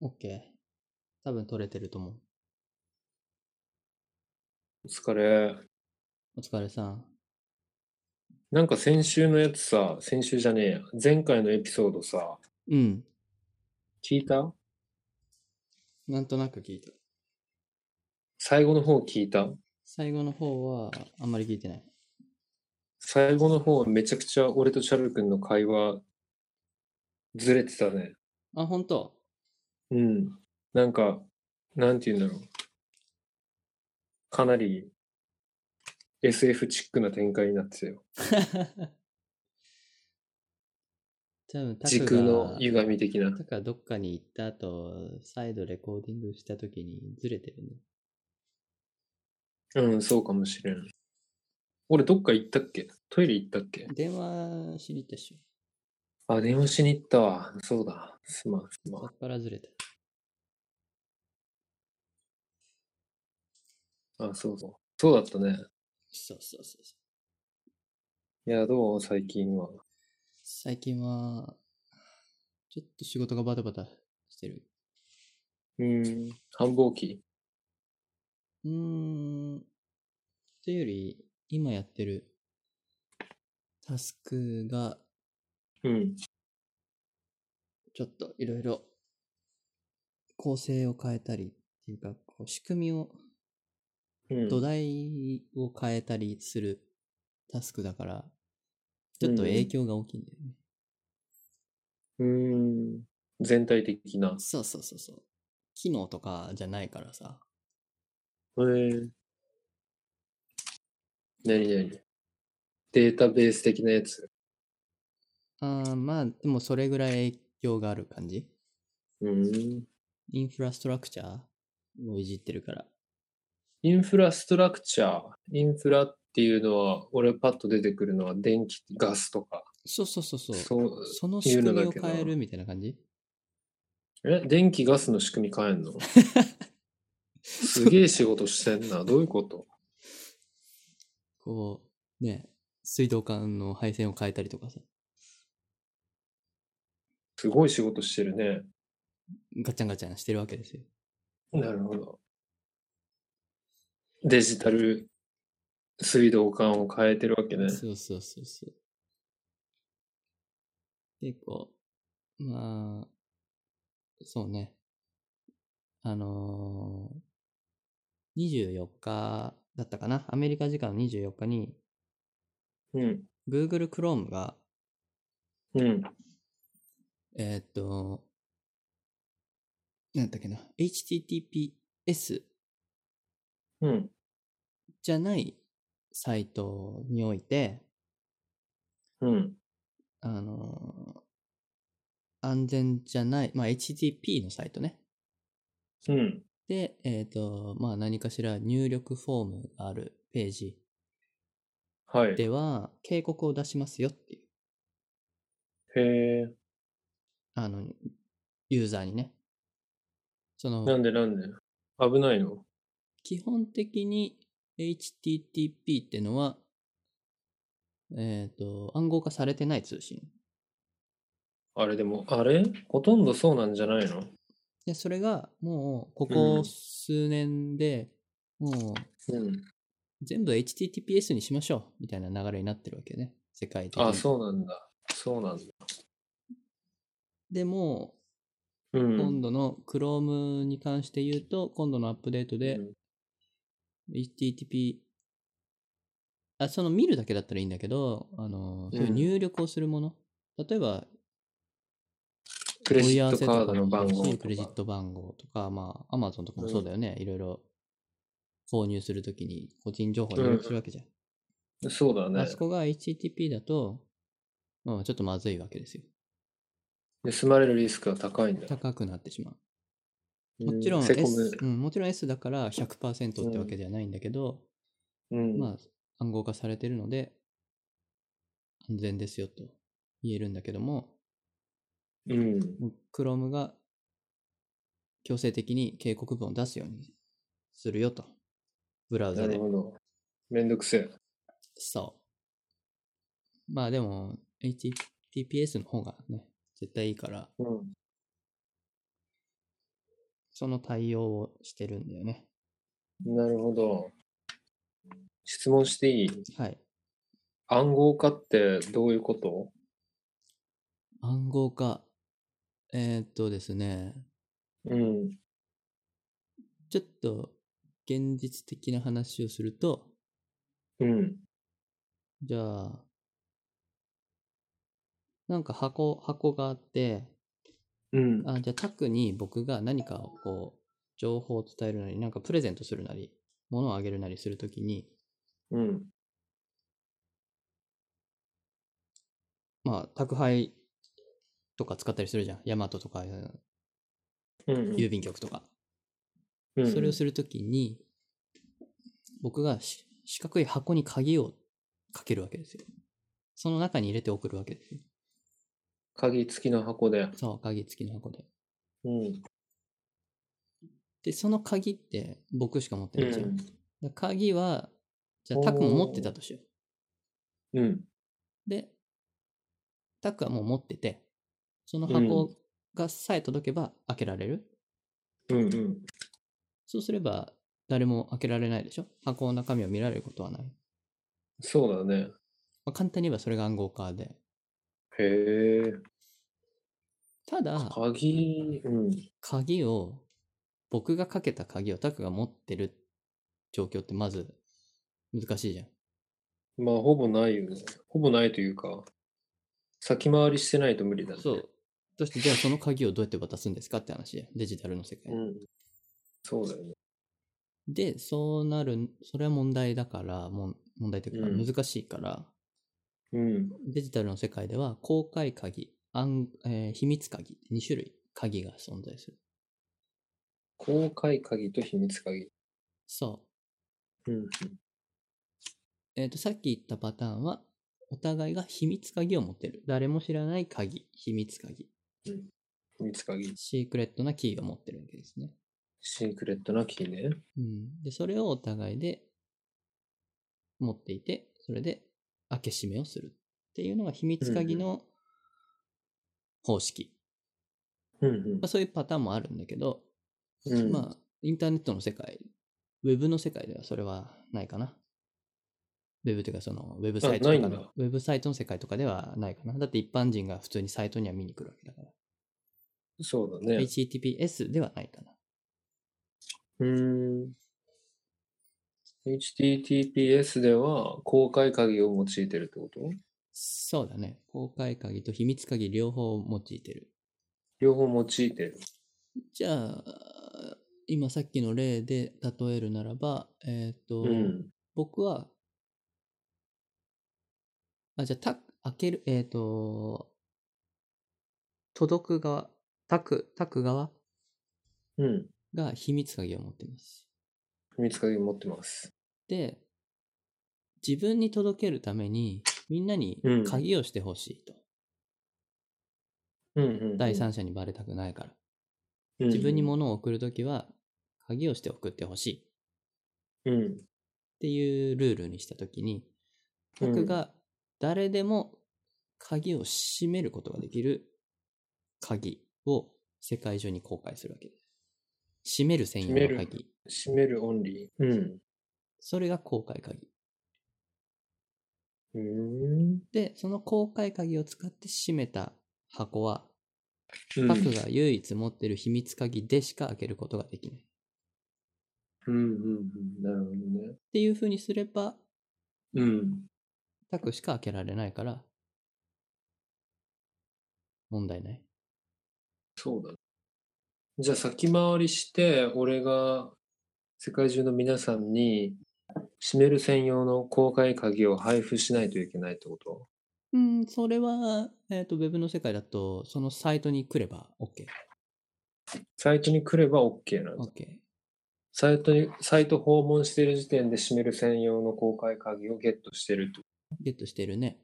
オッケー。多分取れてると思う。お疲れ。お疲れさん。なんか先週のやつさ、先週じゃねえや。前回のエピソードさ、うん。聞いたなんとなく聞いた。最後の方聞いた最後の方はあんまり聞いてない。最後の方はめちゃくちゃ俺とチャル君の会話、ずれてたね。あ、本当うん。なんか、なんて言うんだろう。かなり SF チックな展開になってたよ。多分タ時ク空のが、歪み的な。タクがどっかに行った後、再度レコーディングした時にずれてるね。うん、そうかもしれん。俺どっか行ったっけトイレ行ったっけ電話しに行ったっしあ、電話しに行ったわ。そうだ。すまん、すょ。まんそ。っからずれた。あ、そうそう。そうだったね。そうそうそうそう。いや、どう最近は。最近は、ちょっと仕事がバタバタしてる。うん。繁忙期うーん。というより、今やってるタスクが、うん。ちょっといろいろ構成を変えたりっていうか、こう仕組みを、うん。土台を変えたりするタスクだから、ちょっとうん影響が大きいんだよね。うん。全体的な。そうそうそうそう。機能とかじゃないからさ。へえ。なになにデータベース的なやつ。あーまあ、でもそれぐらい影響がある感じ。うん。インフラストラクチャーをいじってるから。インフラストラクチャー。インフラっていうのは、俺パッと出てくるのは電気、ガスとか。そうそうそうそう。そう。その仕いうの組だみをけど変えるみたいな感じえ、電気、ガスの仕組み変え んのすげえ仕事してんな。どういうことこう、ね、水道管の配線を変えたりとかさ、すごい仕事してるね。ガチャンガチャンしてるわけですよ。なるほど。デジタル水道管を変えてるわけね。そうそうそうそう。結構、まあ、そうね。あのー、24日だったかな。アメリカ時間の24日に、うん。 Google Chrome が、うん。えーっと、なんだっけな、HTTPS うん。じゃないサイトにおいて、うん。あのー安全じゃない、まあ、HTTP のサイトね。うん。で、えっ、と、まあ、何かしら入力フォームがあるページはい。へでは、警告を出しますよっていう、え。あの、ユーザーにね。そなの、んでなんで危ないの基本的に HTTP ってのは、えっ、と、暗号化されてない通信。あれでも、あれほとんどそうなんじゃないので、それが、もう、こうこん数年で、もう、うん。全部 HTTPS にしましょうみたいな流れになってるわけね。世界的に。あ、そうなんだ。そうなんだ。でも、う今ん。度の Chrome に関して言うと、今度のアップデートでうん HTTP、あ、その見るだけだったらいいんだけど、あの、そういう入力をするもの。例えば、クレジットカードの番問い合わせとかに号クレジとッか。ト番号とか、まあ、Amazon とかもそうだよね。いろいろ購入するときに個人情報を入力するわけじゃん。そうだねあそ。こが HTTP だと、まあ、ちょっとまずいわけですよ。盗まれるリスクが高いんだ。高くなってしまう。うもちろんせこ S、うん、もちろん S だから100%ってわけではないんだけど、む。うん。まあ、暗号化されてるので、安全ですよと言えるんだけども、うん。 Chrome が強制的に警告文を出すようにするよと。ブラウザなるで。ほど。めんどくせえ。そう。まあでも、HTTPS の方がね、絶対いいから、うん。その対応をしてるんだよね。なるほど。質問していいはい。暗号化ってどういうこと暗号化。えーっとですね、うん。ちょっと現実的な話をすると、うん。じゃあ、なんか箱、箱があって、うん。あ、じゃあタクに僕が何かをこう、情報を伝えるなり、なんかプレゼントするなり、物をあげるなりするときに、うん。まあ、宅配とか使ったりするじゃん。ヤマトとか、うんうん。郵便局とか。うんそれをするときに、僕がし四角い箱に鍵をかけるわけですよ。その中に入れて送るわけですよ。鍵付きの箱で。そう、鍵付きの箱で。うん。で、その鍵って僕しか持ってうないじゃん。ん。だから鍵は、じゃあタクも持ってたとしようん。う。で、タクはもう持ってて、その箱がさえ届けば開けられる。うん。うん。そうすれば、誰も開けられないでしょ箱の中身を見られることはない。そうだね。まあ、簡単に言えばそれが暗号化で。へえ。ただ、鍵、うん。鍵を、僕がかけた鍵をタクが持ってる状況ってまず難しいじゃん。まあ、ほぼないよね。ほぼないというか、先回りしてないと無理だね。そう。そしてじゃあその鍵をどうやって渡すんですかって話や。デジタルの世界。うん。そうだよね。で、そうなる、それは問題だから、もん問題というかうん難しいから、うん。デジタルの世界では公開鍵、暗えー秘密鍵、2種類鍵が存在する。公開鍵と秘密鍵。そう。うん。えっ、と、さっき言ったパターンは、お互いが秘密鍵を持ってる。誰も知らない鍵、秘密鍵、秘密鍵。シークレットなキーを持ってるわけですね。シークレットなキーね。うん。で、それをお互いで持っていて、それで開け閉めをするっていうのが秘密鍵の方式。うんまあ、そういうパターンもあるんだけど、うん。うん、まあ、インターネットの世界、ウェブの世界ではそれはないかな。ウェブというか、その、ウェブサイトとかあないんのだ、ウェブサイトの世界とかではないかな。だって一般人が普通にサイトには見に来るわけだから。そうだね。 HTTPS ではないかな。うーん。HTTPS では公開鍵を用いてるってことそうだね。公開鍵と秘密鍵両方用いてる。両方用いてる。じゃあ、今さっきの例で例えるならば、えっ、と、うん。僕は、あ、じゃあ、た、開ける、えっ、と、届く側、タク、タク側うん。が秘密鍵を持ってます。秘密鍵持ってます。で、自分に届けるために、みんなにうん鍵をしてほしいと。うんうん、うん。第三者にバレたくないから。うん、自分に物を送るときは、鍵をして送ってほしいっうん。ていうルールにしたときに、タクが誰でも鍵を閉めることができる鍵を世界中に公開するわけです。閉める専用の閉める鍵。閉めるオンリー。うん。それが公開鍵。うーで、その公開鍵を使って閉めた箱は、ん。タクが唯一持ってる秘密鍵でしか開けることができない。っうんうんうん。なるほどね。ていう風にすれば、うん。タクしか開けられないから、問題ない。そうだね。じゃあ先回りして、俺が世界中の皆さんに閉める専用の公開鍵を配布しないといけないってことうん、それは、えっ、と、ウェブの世界だと、そのサイトに来れば OK。サイトに来れば OK なんだ。 OK。サイトに、サイト訪問してる時点で閉める専用の公開鍵をゲットしてると。ゲットしてるね。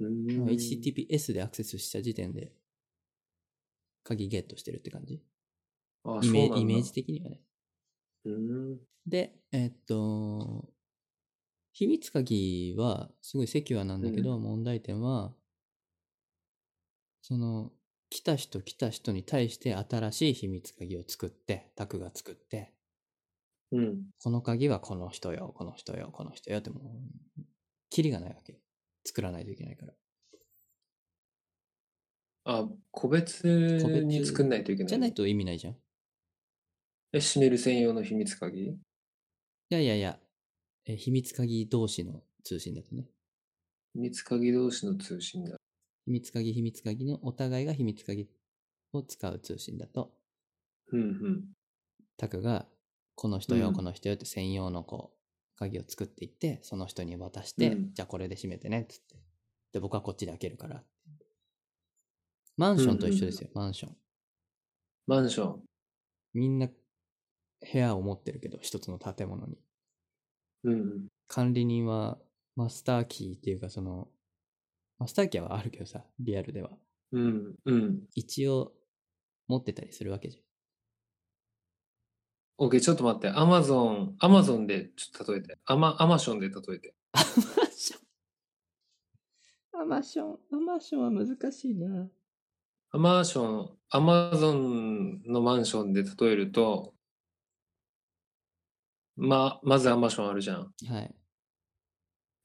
うーん HTTPS でアクセスした時点で、鍵ゲットしてるって感じ。あイメそうなんだイメージ的にはね。うーん。で、えっと、秘密鍵は、すごいセキュアなんだけど、問題点は、その、来た人来た人に対して新しい秘密鍵を作って、タクが作って、うん。この鍵はこの人よ、この人よ、この人よってもう、キリがないわけ。作らないといけないから。あ、個別個別に作んないといけない。じゃないと意味ないじゃん。いえ、閉める専用の秘密鍵やいやいや、え秘密鍵同士の通信だとね。秘密鍵同士の通信だ。秘密鍵、秘密鍵のお互いが秘密鍵を使う通信だと、うんうん。タクがこの人よ、うんこの人よって専用のこう鍵を作っていってその人に渡して、うんじゃあこれで閉めてねっつってで僕はこっちで開けるからマンションと一緒ですよ、マンションマンション。みんな部屋を持ってるけど一つの建物にうんうん。管理人はマスターキーっていうかそのマスターキーはあるけどさリアルではうんうん。一応持ってたりするわけじゃん OK、ちょっと待って。アマゾン、アマゾンでちょっと例えて。アマ、アマションで例えて。マンションアマションアマションは難しいなアマション、アマゾンのマンションで例えると、ま、まずアマションあるじゃん。はい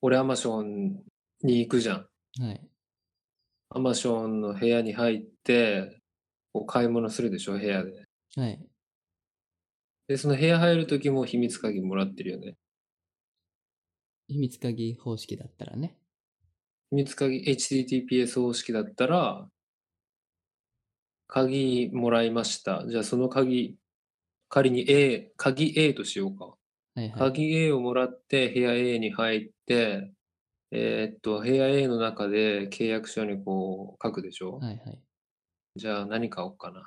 俺アマションに行くじゃん。はいアマションの部屋に入って、こう買い物するでしょ、部屋で。はい。で、その部屋入るときも秘密鍵もらってるよね。秘密鍵方式だったらね。秘密鍵 HTTPS 方式だったら、鍵もらいました。じゃあその鍵、仮に A、鍵 A としようか。はいはい。鍵 A をもらって部屋 A に入って、えーっと、部屋 A の中で契約書にこう書くでしょ、はいはい。じゃあ何買おうかな。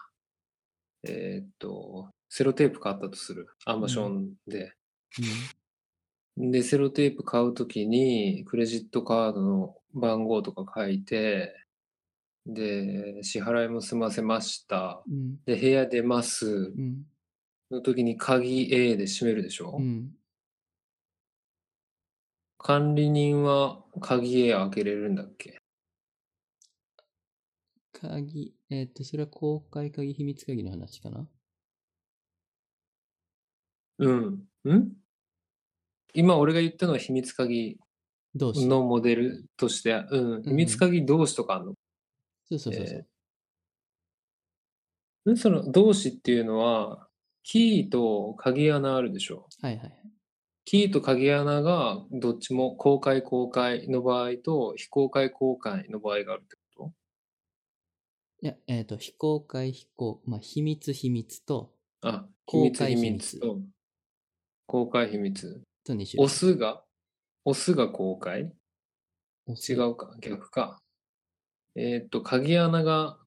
えーっと、セロテープ買ったとする。アマションで。で、セロテープ買うときに、クレジットカードの番号とか書いて、で、支払いも済ませました。うん。で、部屋出ます。うん。の時に鍵 A で閉めるでしょ、うん。管理人は鍵 A 開けれるんだっけ鍵、えっと、それは公開鍵、秘密鍵の話かなうん。ん今俺が言ったのは秘密鍵同士。のモデルとして、うん。秘密鍵同士とかあんの、そうそうそうそう。んその同士っていうのは、キーと鍵穴あるでしょはいはいはい。キーと鍵穴がどっちも公開公開の場合と非公開公開の場合があるってこいや、えっと、非公開、非公、まあ、秘密、秘密と、とあ、秘公密開秘秘密密と公開秘密。と2種類。オスが、オスが公開押違す。うか、逆か。えーっと、鍵穴が、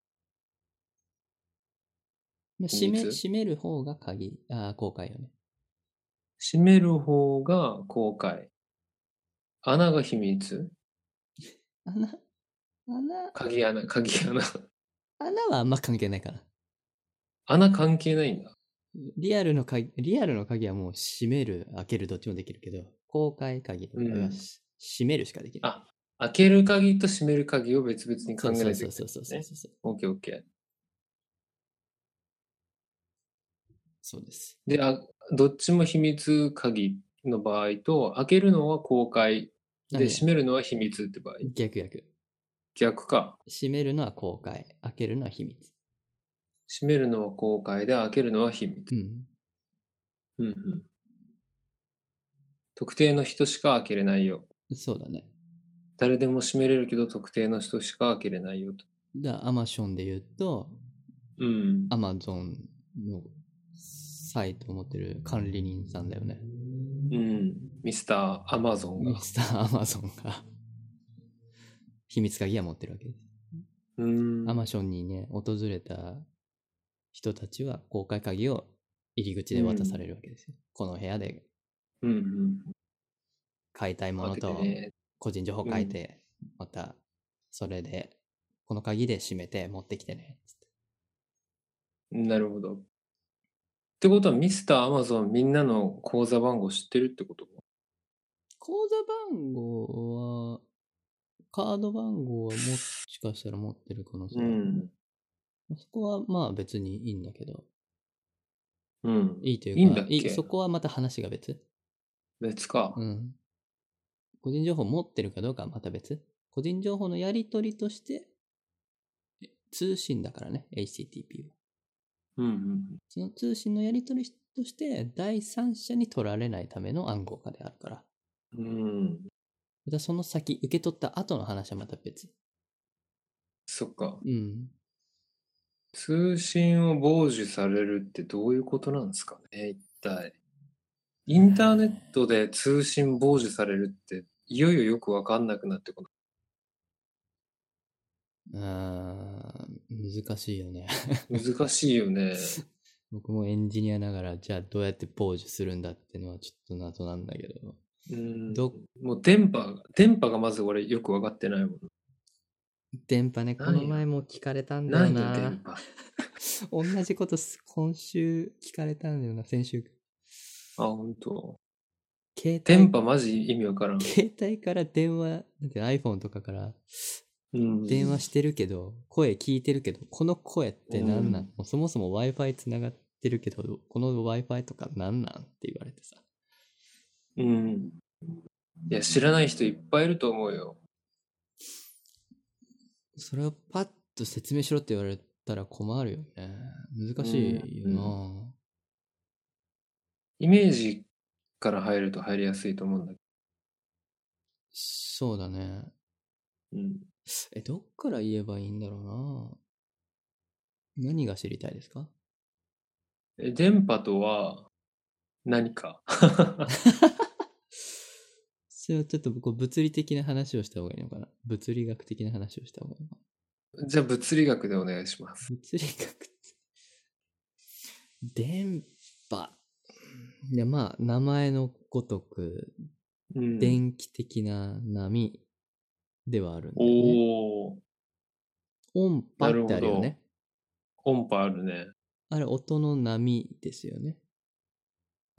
まあ閉め、秘密閉める方が鍵、あー公開よね。閉める方が公開。穴が秘密穴、穴、鍵穴、鍵穴。 穴はあんま関係ないから。穴関係ないんだ。リアルの鍵、リアルの鍵はもう閉める、開けるどっちもできるけど、公開鍵の場合うはんし閉めるしかできない。あ開ける鍵と閉める鍵を別々に考そうえないといけない。そうそうそうそうそうそう。オッケーオッケそうです。ー。で、あ、どっちも秘密鍵の場合と、開けるのは公開。なんで、で閉めるのは秘密って場合。逆逆。逆か。閉めるのは公開、開けるのは秘密。閉めるのは公開で、開けるのは秘密。うん。うんうん。特定の人しか開けれないよ。そうだね。誰でも閉めれるけど、特定の人しか開けれないよと。だから、アマションで言うと、うん。アマゾンのサイトを持ってる管理人さんだよね。うん。ミスター・アマゾンミが。スターアマゾンが、秘密鍵は持ってるわけです。うん。アマションにね、訪れた人たちは公開鍵を入り口で渡されるわけですよ。この部屋でうんうん。買いたいもの開けてとね。個人情報書いて、またそれで、この鍵で閉めて持ってきてね。つってなるほど。ってことは、ミスター・アマゾンみんなの口座番号知ってるってこと口座番号は、カード番号はもしかしたら持ってる可能性ある。ん。そこはまあ別にいいんだけど、うん。いいというか、いいんだっけそこはまた話が別。別か。うん。個人情報持ってるかどうかはまた別。個人情報のやり取りとして、え通信だからね、HTTP は。うんうん。その通信のやり取りとして、第三者に取られないための暗号化であるから。うん。またその先、受け取った後の話はまた別。そっか。うん。通信を傍受されるってどういうことなんですかね、一体。インターネットで通信傍受されるって、いよいよよくわかんなくなってこない。あー難しいよね。難しいよ ね。僕もエンジニアながら、じゃあどうやって傍受するんだってのはちょっと謎なんだけど。うん。どもう電波が、電波がまず俺よくわかってないもん。電波ね、こないよの前も聞かれたんだよ何な。の電波同じことす今週聞かれたんだよな、先週。あ、本当。携帯電波マジ意味わからん。携帯から電話、だって iPhone とかからうん。電話してるけど、声聞いてるけど、この声って何なん、そもそも Wi-Fi つながってるけど、この Wi-Fi とか何なんって言われてさ。うん。いや、知らない人いっぱいいると思うよ。それをパッと説明しろって言われたら困るよね。難しいよな、イメージから入ると入りやすいと思うんだけそうだね。ど。うん。え、どっから言えばいいんだろうな何が知りたいですかえ電波とは何か それはちょっとこう物理的な話をした方がいいのかな物理学的な話をした方がいいのかなじゃあ物理学でお願いします。物理学って電波。いや、まあ、名前のごとく、うん、電気的な波ではあるんだよね。おお音波ってあるよね。音波あるね、あれ、音の波ですよね。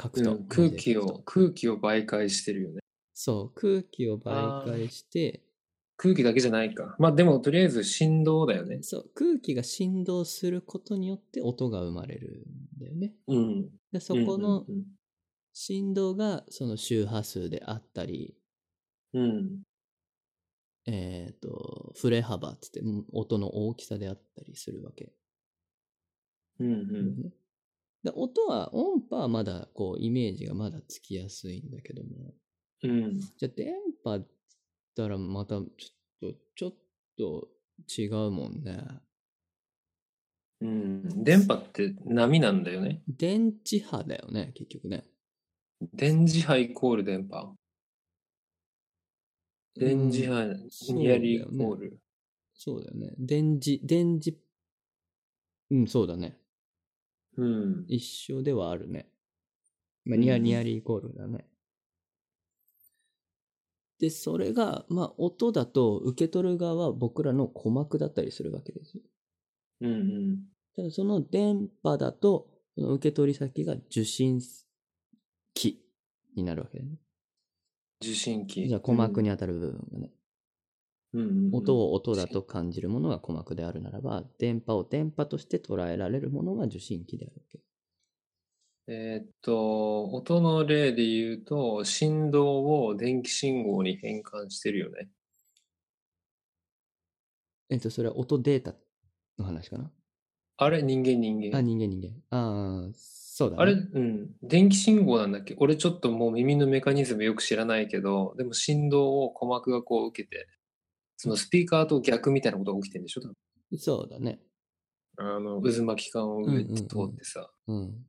書くと。うん空気文字で書をくと。空気を媒介してるよね。そう、空気を媒介して、空気だけじゃないか。まあでもとりあえず振動だよね。そう、空気が振動することによって音が生まれるんだよね。うん。でそこのうん振動がその周波数であったり、うんうん。えっ、と、振れ幅っつってうん音の大きさであったりするわけ、うんうんで音は、音波はまだこうイメージがまだつきやすいんだけども、うん。うん。じゃあ電波って言ったらまたちょっと、ちょっと違うもんね。うん。電波って波なんだよね。電磁波だよね、結局ね。電磁波イコール電波。電磁うん波そうだニよアねリーイコール。そうだよね。電磁、電磁、うん、そうだね。うん。一緒ではあるね。まあ、うんニアニアリーイコールだね。で、それが、まあ、音だと受け取る側は僕らの鼓膜だったりするわけです。うんうん。ただ、その電波だと、その受け取り先が受信機になるわけだよね。受信機。じゃあ、鼓膜に当たる部分がね。うんうんうん音を音だと感じるものが鼓膜であるならば、電波を電波として捉えられるものが受信機であるわけ。えーっと、音の例で言うと、振動を電気信号に変換してるよね。えっと、それは音データの話かなあれ、人間人間。あ、人間人間。ああ、そうだ、ね。あれ、うん。電気信号なんだっけ俺ちょっともう耳のメカニズムよく知らないけど、でも振動を鼓膜がこう受けて、そのスピーカーと逆みたいなことが起きてるんでしょ多分そうだね。あの、渦巻き管を上って通ってさ。うん。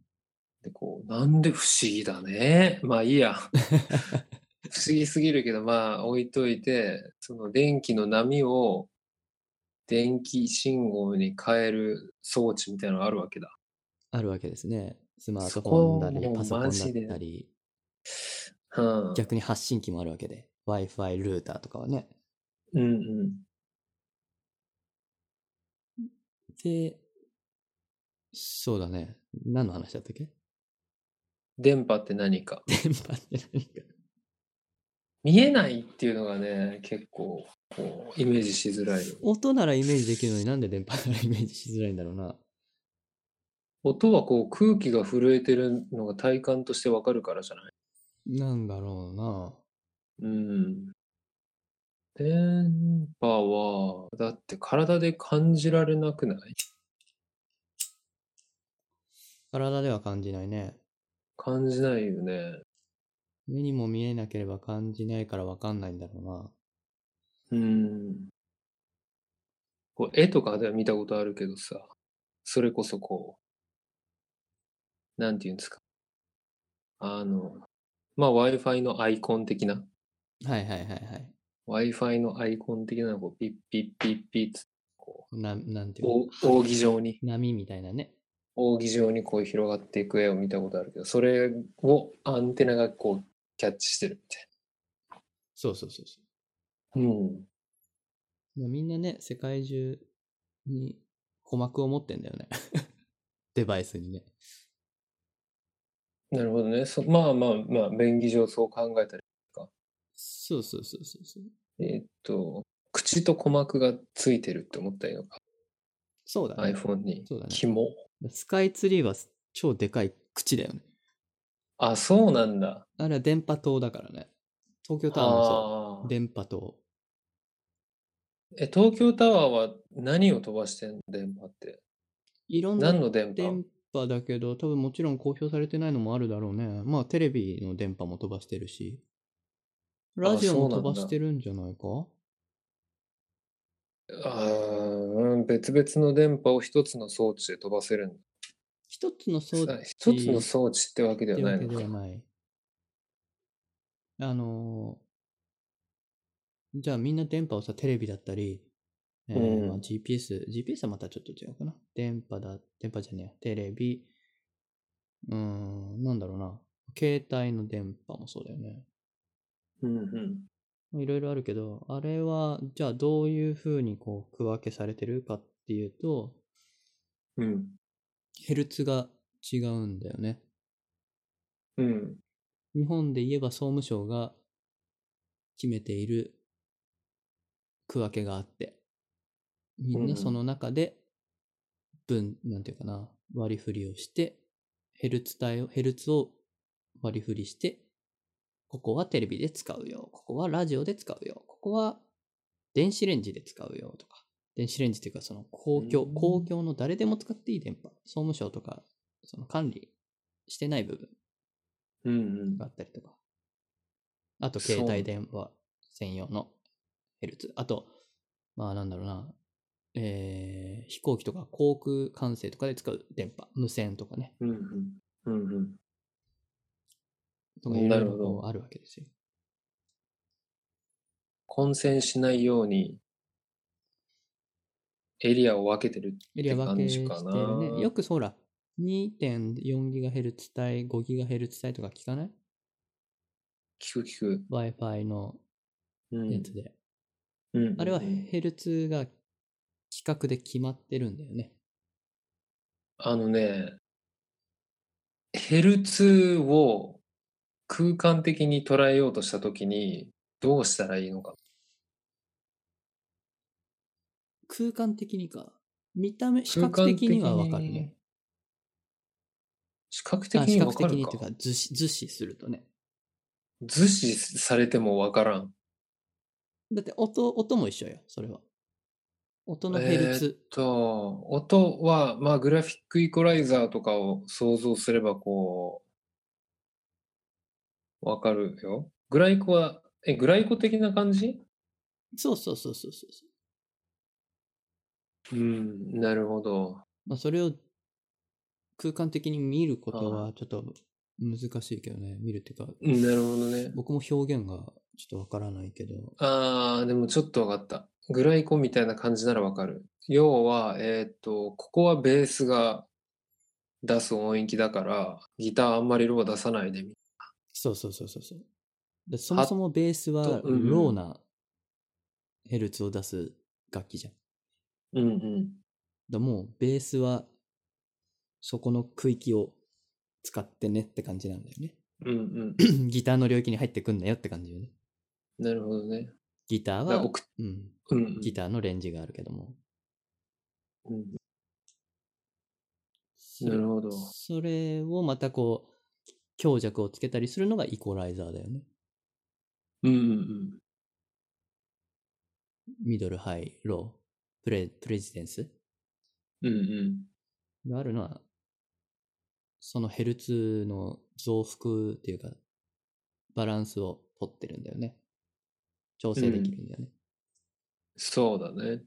で、こう、なんで不思議だね。まあいいや。不思議すぎるけど、まあ置いといて、その電気の波を電気信号に変える装置みたいなのがあるわけだ。あるわけですね。スマートそフォこンだり、もうパソコンだマジでったり、うん。逆に発信機もあるわけで。Wi-Fi ルーターとかはね。うんうん。で、そうだね。何の話だったっけ 電波って何か。電波って何か。見えないっていうのがね、結構、こう、イメージしづらいよ。音ならイメージできるのになんで電波ならイメージしづらいんだろうな。音はこう、空気が震えてるのが体感としてわかるからじゃないなんだろうな。うん。電波は、だって体で感じられなくない体では感じないね。感じないよね。目にも見えなければ感じないからわかんないんだろうな。うん。こう絵とかでは見たことあるけどさ、それこそこう、なんていうんですか。あの、まあ Wi-Fi のアイコン的な、はいはいはいはい。 Wi-Fi のアイコン的なのをこうピッピッピッピッつってこななんてういうのお扇状に、波みたいなね。扇状にこう広がっていく絵を見たことあるけど、それをアンテナがこうキャッチしてるみたいそうそうそうそな。うん。う。だからみんなね、世界中に鼓膜を持ってんだよ ね。デバイスにね。なるほどね。そまあまあまあ、便宜上そう考えたり。そうそうそうそうそう。えーっと、口と鼓膜がついてるって思ったらいいのか。そうだね。 iPhone に。そうだね。紐。スカイツリーは超でかい口だよね。あ、そうなんだ。あれは電波塔だからね。東京タワーもそあう。ー電波塔。え、東京タワーは何を飛ばしてんの電波って。いろんな何の電波電波だけど、多分もちろん公表されてないのもあるだろうね。まあテレビの電波も飛ばしてるし。ラジオもそうな飛んだばしてるんじゃないかあーうん、別々の電波を一つの装置で飛ばせるんだ。一つの装置さ一つの装置ってわけでっはてなわいけでのはか。ない。あのーじゃあみんな電波をさ、テレビだったり、えーうんまあ GPS、GPS はまたちょっと違うかな。電波だ、電波じゃねえや、テレビ、うーん、なんだろうな。携帯の電波もそうだよね。うんうん。いろいろあるけど、あれは、じゃあどういうふうにこう区分けされてるかっていうと、うん。ヘルツが違うんだよね。うん。日本で言えば総務省が決めている区分けがあって、みんうんうなんその中で分、なんていうかな、割り振りをして、ヘルツ帯を、ヘルツを割り振りして、ここはテレビで使うよ、ここはラジオで使うよ、ここは電子レンジで使うよとか、電子レンジっていうかその公共、うん公共の誰でも使っていい電波、総務省とか、その管理してない部分うんうんが。あったりとか。あと、そう携帯電話専用のヘルツ。あと、まあなんだろうな、えー、飛行機とか航空管制とかで使う電波、無線とかね、うんうん。うんうん。とかいろいなるろほどこうあるわけですよ。混戦しないようにエリアを分けてるエリア分けしてって感じるかなね。よくそうほら、2.4GHz 帯、5GHz 帯とか聞かない聞く聞く、 ?Wi-Fi のうんやつで。うんあれはヘルツが規格で決まってるんだよね。あのねヘルツを空間的に捉えようとした時にどうしたらいいのか空間的にか。見た目、視空覚間的的ににはわかるね。視覚的あ視に分覚か的るにかというか図し図示するとね図示されても分からんだって音音も一緒よそれは音のヘルツ、と音はまあグラフィックイコライザーとかを想像すればこうわかるよグライコはえグライコ的な感じそうそうそうそうそうそう、うんなるほどまあ、それを空間的に見ることあはちょっと難しいけどね見るっていうかうんなるほどね僕も表現がちょっとわからないけどあーでもちょっとわかったグライコみたいな感じならわかる要はえーっとここはベースが出す音域だからギターあんまりロー出さないでそうそうそうそうそうでそもそもベースはあとうんうんローなヘルツを出す楽器じゃんうんうんだからもうベースはそこの区域を使ってねって感じなんだよねうんうんギターの領域に入ってくんなよって感じよね。なるほどね。ギターだからは、送っうん、うんギターのレンジがあるけども。うん。そなるほど。それをまたこう、強弱をつけたりするのがイコライザーだよね。うんうんうん。ミドル、ハイ、ロー、プレ、プレジデンスうんうん。があるのは、そのヘルツの増幅っていうか、バランスを取ってるんだよね。調整できるんだよね。そうだね。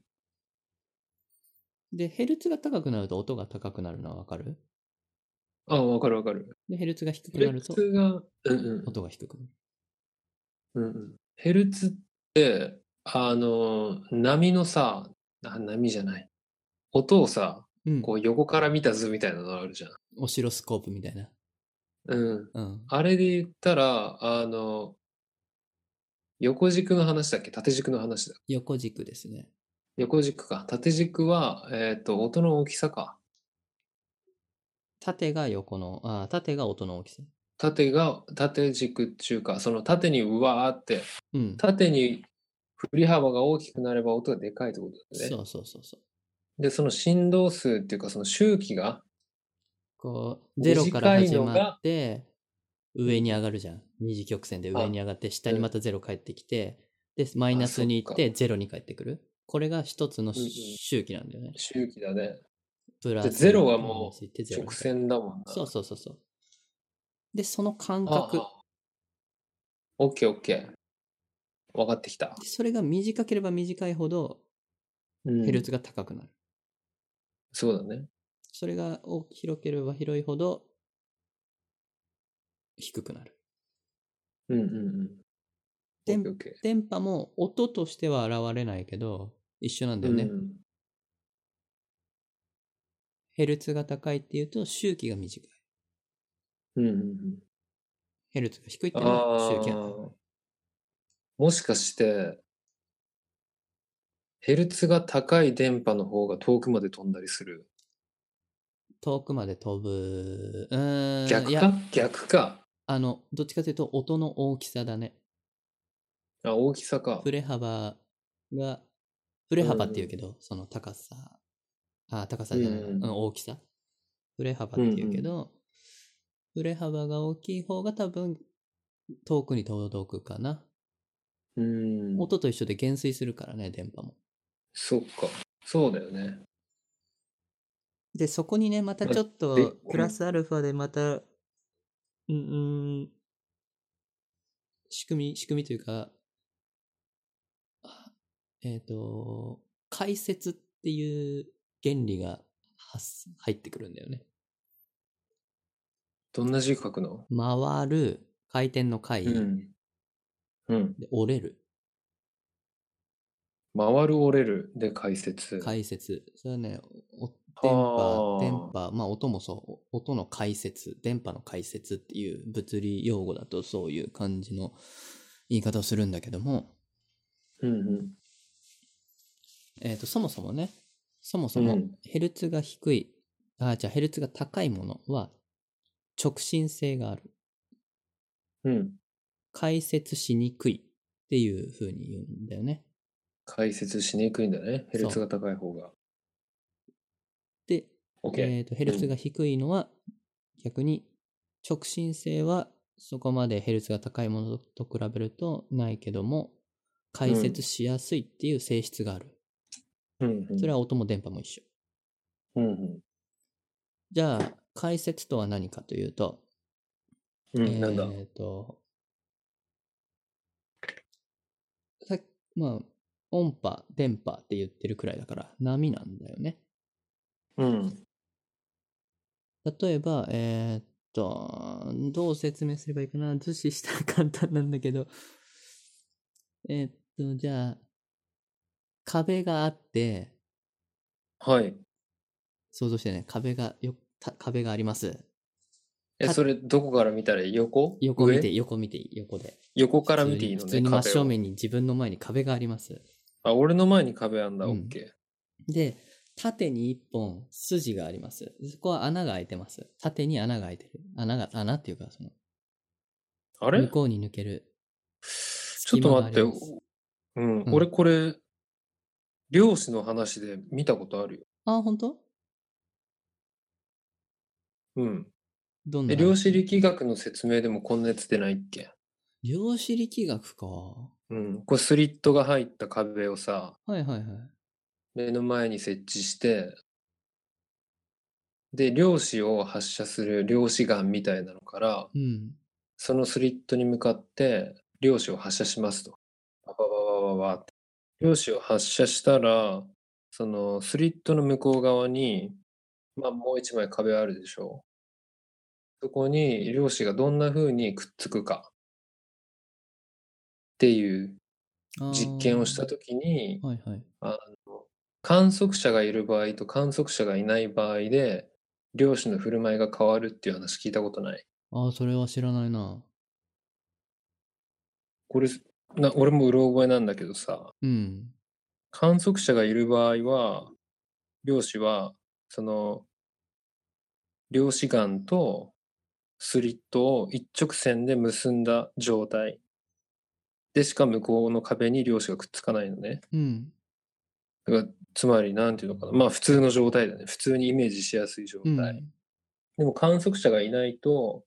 で、ヘルツが高くなると音が高くなるのはわかるあ、わかるわかる。で、ヘルツが低くヘなルるとツが、うんうん。音が低くなる。うんうんヘルツって、あの、波のさ、あ波じゃない。音をさ、うん。こう横から見た図みたいなのあるじゃん。オシロスコープみたいな。うん。うん。あれで言ったら、あの、横軸の話だっけ縦軸の話だ。横軸ですね。横軸か。縦軸は、えっ、と、音の大きさか。縦が横の、あー縦が音の大きさ。縦が、縦軸っていうか、その縦にうわーって、うん。縦に振り幅が大きくなれば音がでかいってことだよね。そうそうそうそう。で、その振動数っていうか、その周期が、こう、0から短い始のがまって、上に上がるじゃん。二次曲線で上に上がって、下にまた0帰ってきて、で、マイナスに行って、0に帰ってくる。これが一つのうんうん周期なんだよね。周期だね。プラス。ゼロはもうマイナス行ってゼロ直線だもんな。そうそうそうそう。で、その感ああ覚。オッケーオッケー。分かってきた。でそれが短ければ短いほど、うんヘルツが高くなる。そうだね。それが大き広ければ広いほど、低くなる。うんうんうん。でオッケーオッケー電波も音としては現れないけど、一緒なんだよね。うんヘルツが高いっていうと周期が短い。うんうんうん。ヘルツが低いっていうのはあ周期があ。もしかして、ヘルツが高い電波の方が遠くまで飛んだりする。遠くまで飛ぶ。うーん。逆いかや、逆か。あの、どっちかというと音の大きさだね。あ、大きさか振。れ幅が、振れ幅っていうけど、その高さ。あ、高さじゃないな、うんうん大きさ。振れ幅っていうけど、振れ幅が大きい方が多分遠くに届くかな。うん。音と一緒で減衰するからね、電波も。そっか。そうだよね。で、そこにね、またまあちょっでと、プラスアルファでまた、うん、うん、仕組み、仕組みというか、あえっ、と、解説っていう原理が発入ってくるんだよね。どんな字書くの回る、回転の回、うん。うん。で折れる、回る折れるで解説。解説。それはね、お電波は、あ電波、まあ音もそう、お音の解説、電波の解説っていう物理用語だとそういう感じの言い方をするんだけども、うんうん。えっ、と、そもそもね、そもそもうんヘルツが低い、あ、じゃあヘルツが高いものは直進性がある。うん。解説しにくいっていう風に言うんだよね。解説しにくいんだね。ヘルツが高い方が。で、 OK。えっ、と、ヘルツが低いのは、逆に直進性はそこまでヘルツが高いものと比べるとないけども、解説しやすいっていう性質がある。うんうん。それは音も電波も一緒。うんうん。じゃあ、解説とは何かというと、うえん、なんだ。ーと、さっまあ、音波、電波って言ってるくらいだから、波なんだよね。うん。例えば、えーっと、どう説明すればいいかな。図示したら簡単なんだけど、 えーっと、じゃあ、壁があって、はい。想像してね、壁がよ、た壁があります。え、たそれ、どこから見たらいい横横見て、上横見ていい、横で。横から見ていいの普ね。通に普通に真壁を正面に自分の前に壁があります。あ、俺の前に壁あんだ。うん OK。で、縦に一本筋があります。そこは穴が開いてます。縦に穴が開いてる。穴が、穴っていうか、その、あ向れこうに抜けるちょっと待って今があります、うん、うん俺これ、漁師の話で見たことあるよ。あ、本当うん。どんなえ、量子力学の説明でもこんなやつ出ないっけ量子力学か。うん。これスリットが入った壁をさ、はいはいはい。目の前に設置して、で、量子を発射する量子ガンみたいなのから、うん。そのスリットに向かって、量子を発射しますと。ババババババって。量子を発射したら、そのスリットの向こう側に、まあもう一枚壁あるでしょう。そこに量子がどんな風にくっつくかっていうあー実験をしたときに、はいはい。観測者がいる場合と観測者がいない場合で、量子の振る舞いが変わるっていう話聞いたことない。ああ、それは知らないな。これ、な俺もうろ覚えなんだけどさ、うん。観測者がいる場合は、量子は、その、量子眼とスリットを一直線で結んだ状態でしか向こうの壁に量子がくっつかないのね。うん。だからつまり、なんていうのかな。まあ、普通の状態だね。普通にイメージしやすい状う態。ん。でも観測者がいないと、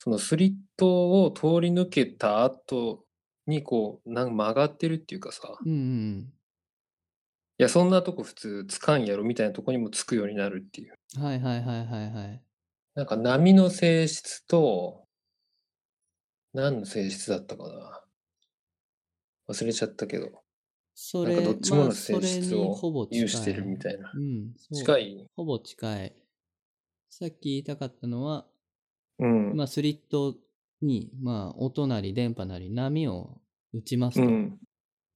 そのスリットを通り抜けた後にこう、なん曲がってるっていうかさ、うんうんいや、そんなとこ普通つかんやろみたいなとこにもつくようになるっていう。うん。はいはいはいはいはい。なんか波の性質と、何の性質だったかな。忘れちゃったけど、そなれんかどっちもまのあそ性れ質にほぼを近い有してるみたいな。うん。そう近い。ほぼ近い。さっき言いたかったのは、うん。まあ、スリットに、まあ、音なり電波なり波を打ちますうと。ん。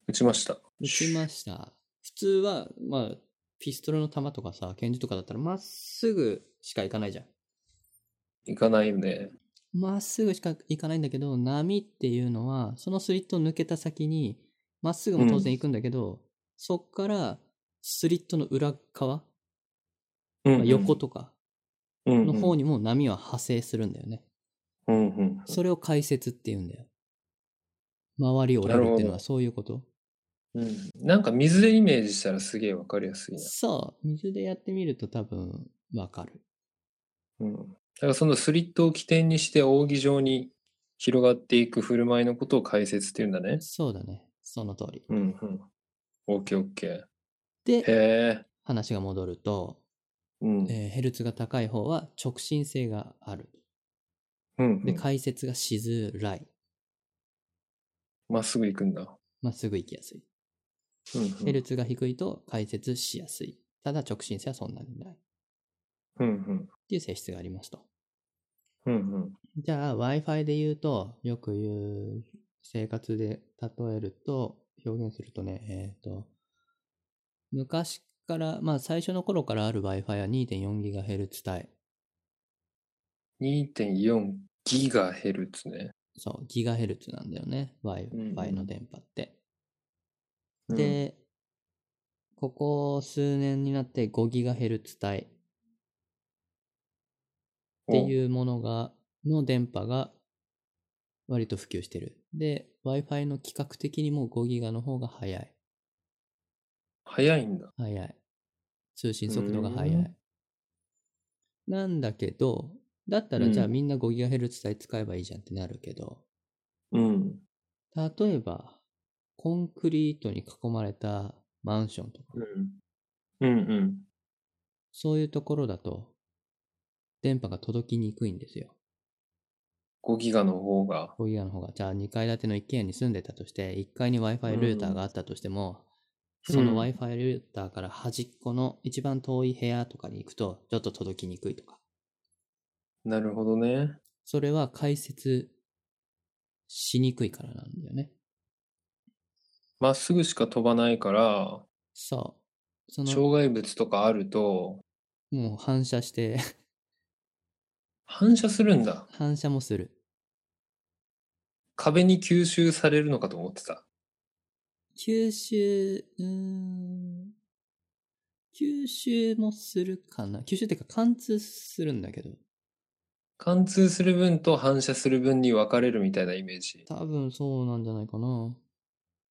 打ちました。打ちました。普通は、まあ、ピストルの弾とかさ、拳銃とかだったら、まっすぐしか行かないじゃん。いかないよね。まっすぐしか行かないんだけど、波っていうのは、そのスリットを抜けた先に、まっすぐも当然行くんだけど、そっから、スリットの裏側、うんまあ横とかのの方に。にも波は派生するんだよね。うんうん。それを解説って言うんだよ。周りを折れるっていうのはそういうこと。うんなんか水でイメージしたらすげえわかりやすいな。そう。水でやってみると多分わかる。うん。だからそのスリットを起点にして扇状に広がっていく振る舞いのことを解説っていうんだね。そうだね。その通り。うんうん。オッケーオッケー。へで、え。話が戻ると、うん。えーヘルツが高い方は直進性がある。うんうで、ん。解説がしづらい。まっすぐ行くんだ。まっすぐ行きやすい。うんうヘん。ルツが低いと解説しやすい。ただ直進性はそんなにない。っうんうん。ていう性質がありますと。うんうん。じゃあ Wi-Fi で言うと、よく言う生活で例えると、表現するとね、えっ、と、昔から、まあ最初の頃からある Wi-Fi は 2.4GHz 帯。 2.4ギガヘルツね。そう、GHz なんだよね。ん Wi-Fi の電波って。うん、で、ここ数年になって 5GHz 帯っおていうものが、の電波が割と普及してる。で、Wi-Fi の規格的にも 5GB の方が早い。早いんだ。速い。通信速度が速ういん。なんだけど、だったらじゃあうんみんな 5GHz 帯使えばいいじゃんってなるけど、うん。例えば、コンクリートに囲まれたマンションとか、うん。うんうん。そういうところだと、電波が届きにくいんですよ。 5ギガの方が。 5GB の方が。じゃあ2階建ての一軒家に住んでたとして、1階に Wi-Fi ルーターがあったとしても、うんその Wi-Fi ルーターから端っこの一番遠い部屋とかに行くと、ちょっと届きにくいとか。なるほどね。それは解説しにくいからなんだよね。まっすぐしか飛ばないから、そう。その、障害物とかあると、もう反射して、 反射するんだ。反射もする。壁に吸収されるのかと思ってた。吸収、うーん、吸収もするかな。吸収っていうか貫通するんだけど、貫通する分と反射する分に分かれるみたいなイメージ。多分そうなんじゃないかな。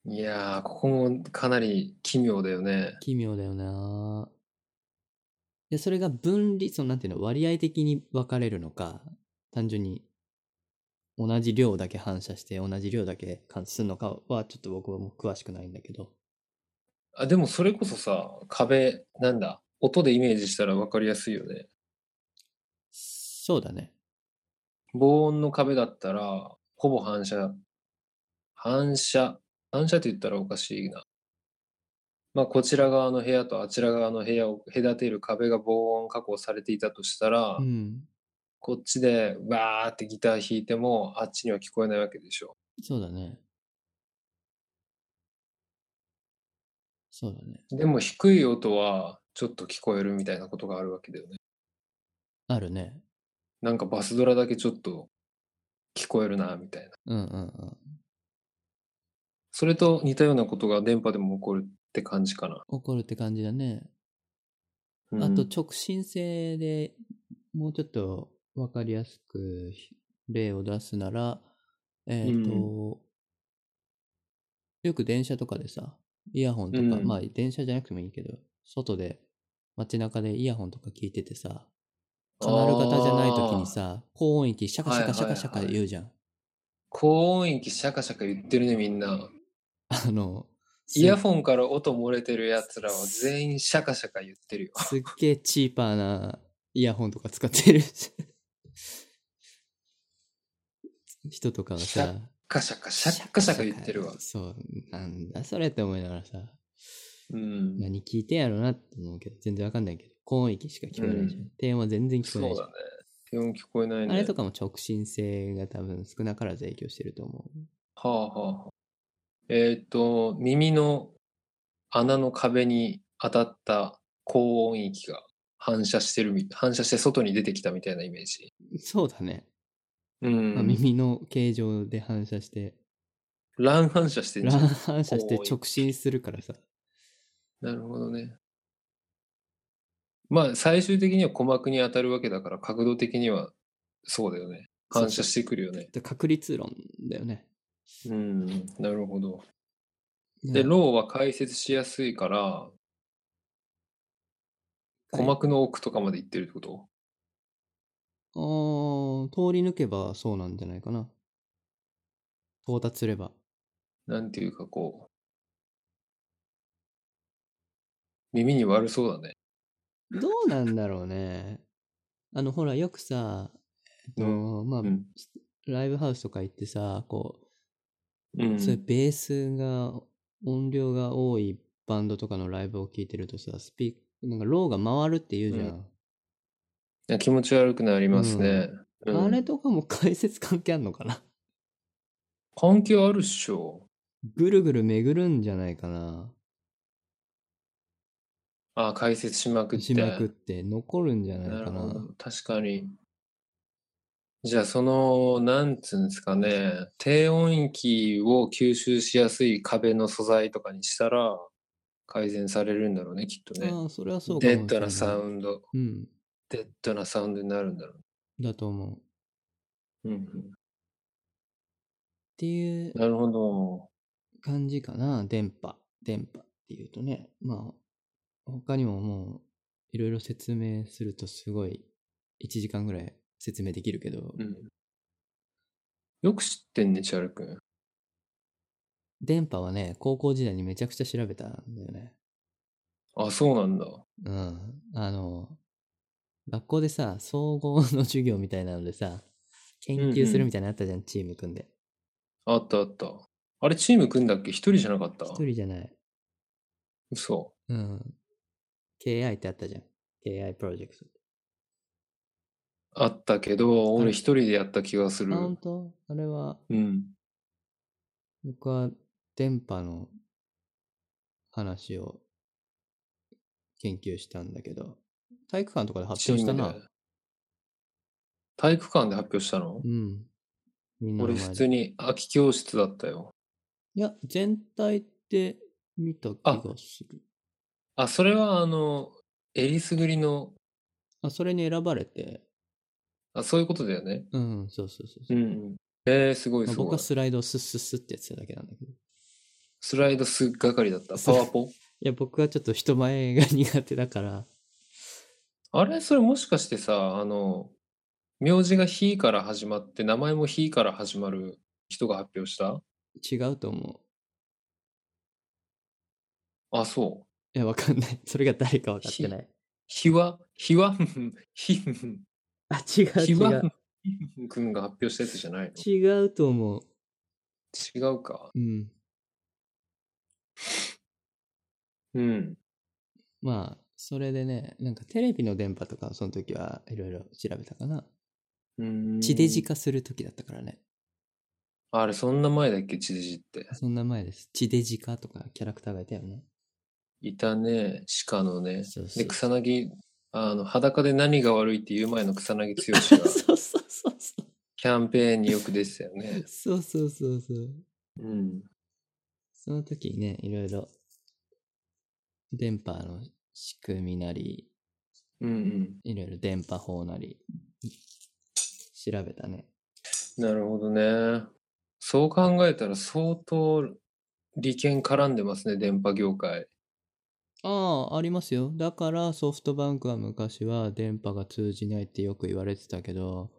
いやー、ここもかなり奇妙だよね。奇妙だよな。で、それが分離、そのなんていうの、割合的に分かれるのか、単純に同じ量だけ反射して同じ量だけ貫通するのかはちょっと僕はもう詳しくないんだけど。あ、でもそれこそさ、壁、なんだ、音でイメージしたら分かりやすいよね。そうだね。防音の壁だったら、ほぼ反射。反射。反射って言ったらおかしいな。まあ、こちら側の部屋とあちら側の部屋を隔てる壁が防音加工されていたとしたら、うん。こっちでわーってギター弾いても、あっちには聞こえないわけでしょ。そうだね。そうだね。でも低い音はちょっと聞こえるみたいなことがあるわけだよね。あるね。なんかバスドラだけちょっと聞こえるな、みたいな。うんうんうん。それと似たようなことが電波でも起こるって感じかな。怒るって感じだね。うんあと直進性でもうちょっと分かりやすく例を出すなら、えっ、と、よく電車とかでさ、イヤホンとか、うんまあ電車じゃなくてもいいけど、外で街中でイヤホンとか聞いててさ、カナル型じゃない時にさ、高音域シャカシャカシャカシャカ言うじゃん。高音域シャカシャカ言ってるね、みんな。あの、イヤンホンから音漏れてる奴らは全員シャカシャカ言ってるよ。すっげえチーパーなイヤホンとか使ってる 人とかがシャさ、カシャカ、シャカシャカ言ってるわ。そう、なんだそれって思いながらさ、うん。何聞いてんやろうなって思うけど、全然わかんないけど、高音域しか聞こえないじゃん。低音は全然聞こえそないうじだゃんね。低音聞こえないね。あれとかも直進性が多分少なからず影響してると思はあはあはあ。えっ、と、耳の穴の壁に当たった高音域が反射してるみ、反射して外に出てきたみたいなイメージ。う。そうだね。うまあん。耳の形状で反射して、乱反射してんじゃ乱ん。反射して高音域直進するからさ。なるほどね。まあ、最終的には鼓膜に当たるわけだから、角度的にはそうだよね。反射してくるよね。確率論だよね。うん、なるほど。いで、やローは解説しやすいから、鼓膜の奥とかまで行ってるってことあー通り抜けばそうなんじゃないかな。到達すれば。なんていうかこう、耳に悪そうだね。どうなんだろうね。あの、ほら、よくさ、えっと、まあ、うん。ライブハウスとか行ってさ、こうう、ん。そういうベースが、音量が多いバンドとかのライブを聴いてるとさ、スピーなんか、ローが回るって言うじゃん。いや気持ち悪くなりますね。うんあれとかも解説関係あんのかな関係あるっしょ。ぐるぐる巡るんじゃないかなあ、解説しまくって。しまくって、残るんじゃないなかるなほど。確かに。じゃあ、その、なんつうんですかね、低音域を吸収しやすい壁の素材とかにしたら、改善されるんだろうね、きっとね。ああ、それはそうかもしれデない。ッドなサウンド、うん。デッドなサウンドになるんだろだと思う。っう。うんうん、ていうなるほど。感じかな。電波。電波っていうとね。まあ、他にももう、いろいろ説明するとすごい、1時間ぐらい説明できるけど、うんよく知ってんね、チャル君。電波はね、高校時代にめちゃくちゃ調べたんだよね。あ、そうなんだ。うん。あの、学校でさ、総合の授業みたいなのでさ、研究するみたいなのあったじゃん、チーム組んで。あったあった。あれ、チーム組んだっけ一人じゃなかった一人じゃない。嘘。うん。KI ってあったじゃん。KI プロジェクト。あったけど、あれ俺一人でやった気がするあ、。本当あれは、うん。僕は電波の話を研究したんだけど、体育館とかで発チー表ムしたなで。体育館で発表したのうん。みんなの俺、前普通で。に空き教室だったよ。いや、全体って見た気がする。あ、それはあの、えりすぐりの、あそれに選ばれて、あ、そういうことだよね。うん、そうそうそうそうう、んうん。えー、すごいまあす僕ごいは。スライドをスッスッスッってやってただけなんだけど。いスライドす係だった。パそうワポや、僕はちょっと人前が苦手だから、あれそれもしかしてさ、あの、名字がひから始まって、名前もひから始まる人が発表した違うと思あ、そう。う。いや、わかんない。それが誰かわかってない。ひわ、ひわ、ひ、あ、違うひわ違う。、くんが発表したやつじゃない違うと思う。の違うか。うん。うん。まあ、それでね、なんかテレビの電波とか、その時はいろいろ調べたかな。うーん地デジ。化する時だったからね。あれ、そんな前だっけ、地デジって。そんな前です。地デジ化とかキャラクターがいたよね。いたね、鹿のね。そうそうで、草薙、あの、裸で何が悪いって言う前の草薙剛 が、そうそうそうそう。キャンペーンによく出てたよね。そうそうそうそう。うん。その時にね、いろいろ、電波の仕組みなり、うんうん。いろいろ電波法なり、調べたね。なるほどね。そう考えたら相当利権絡んでますね、電波業界。ああ、ありますよ。だからソフトバンクは昔は電波が通じないってよく言われてたけど、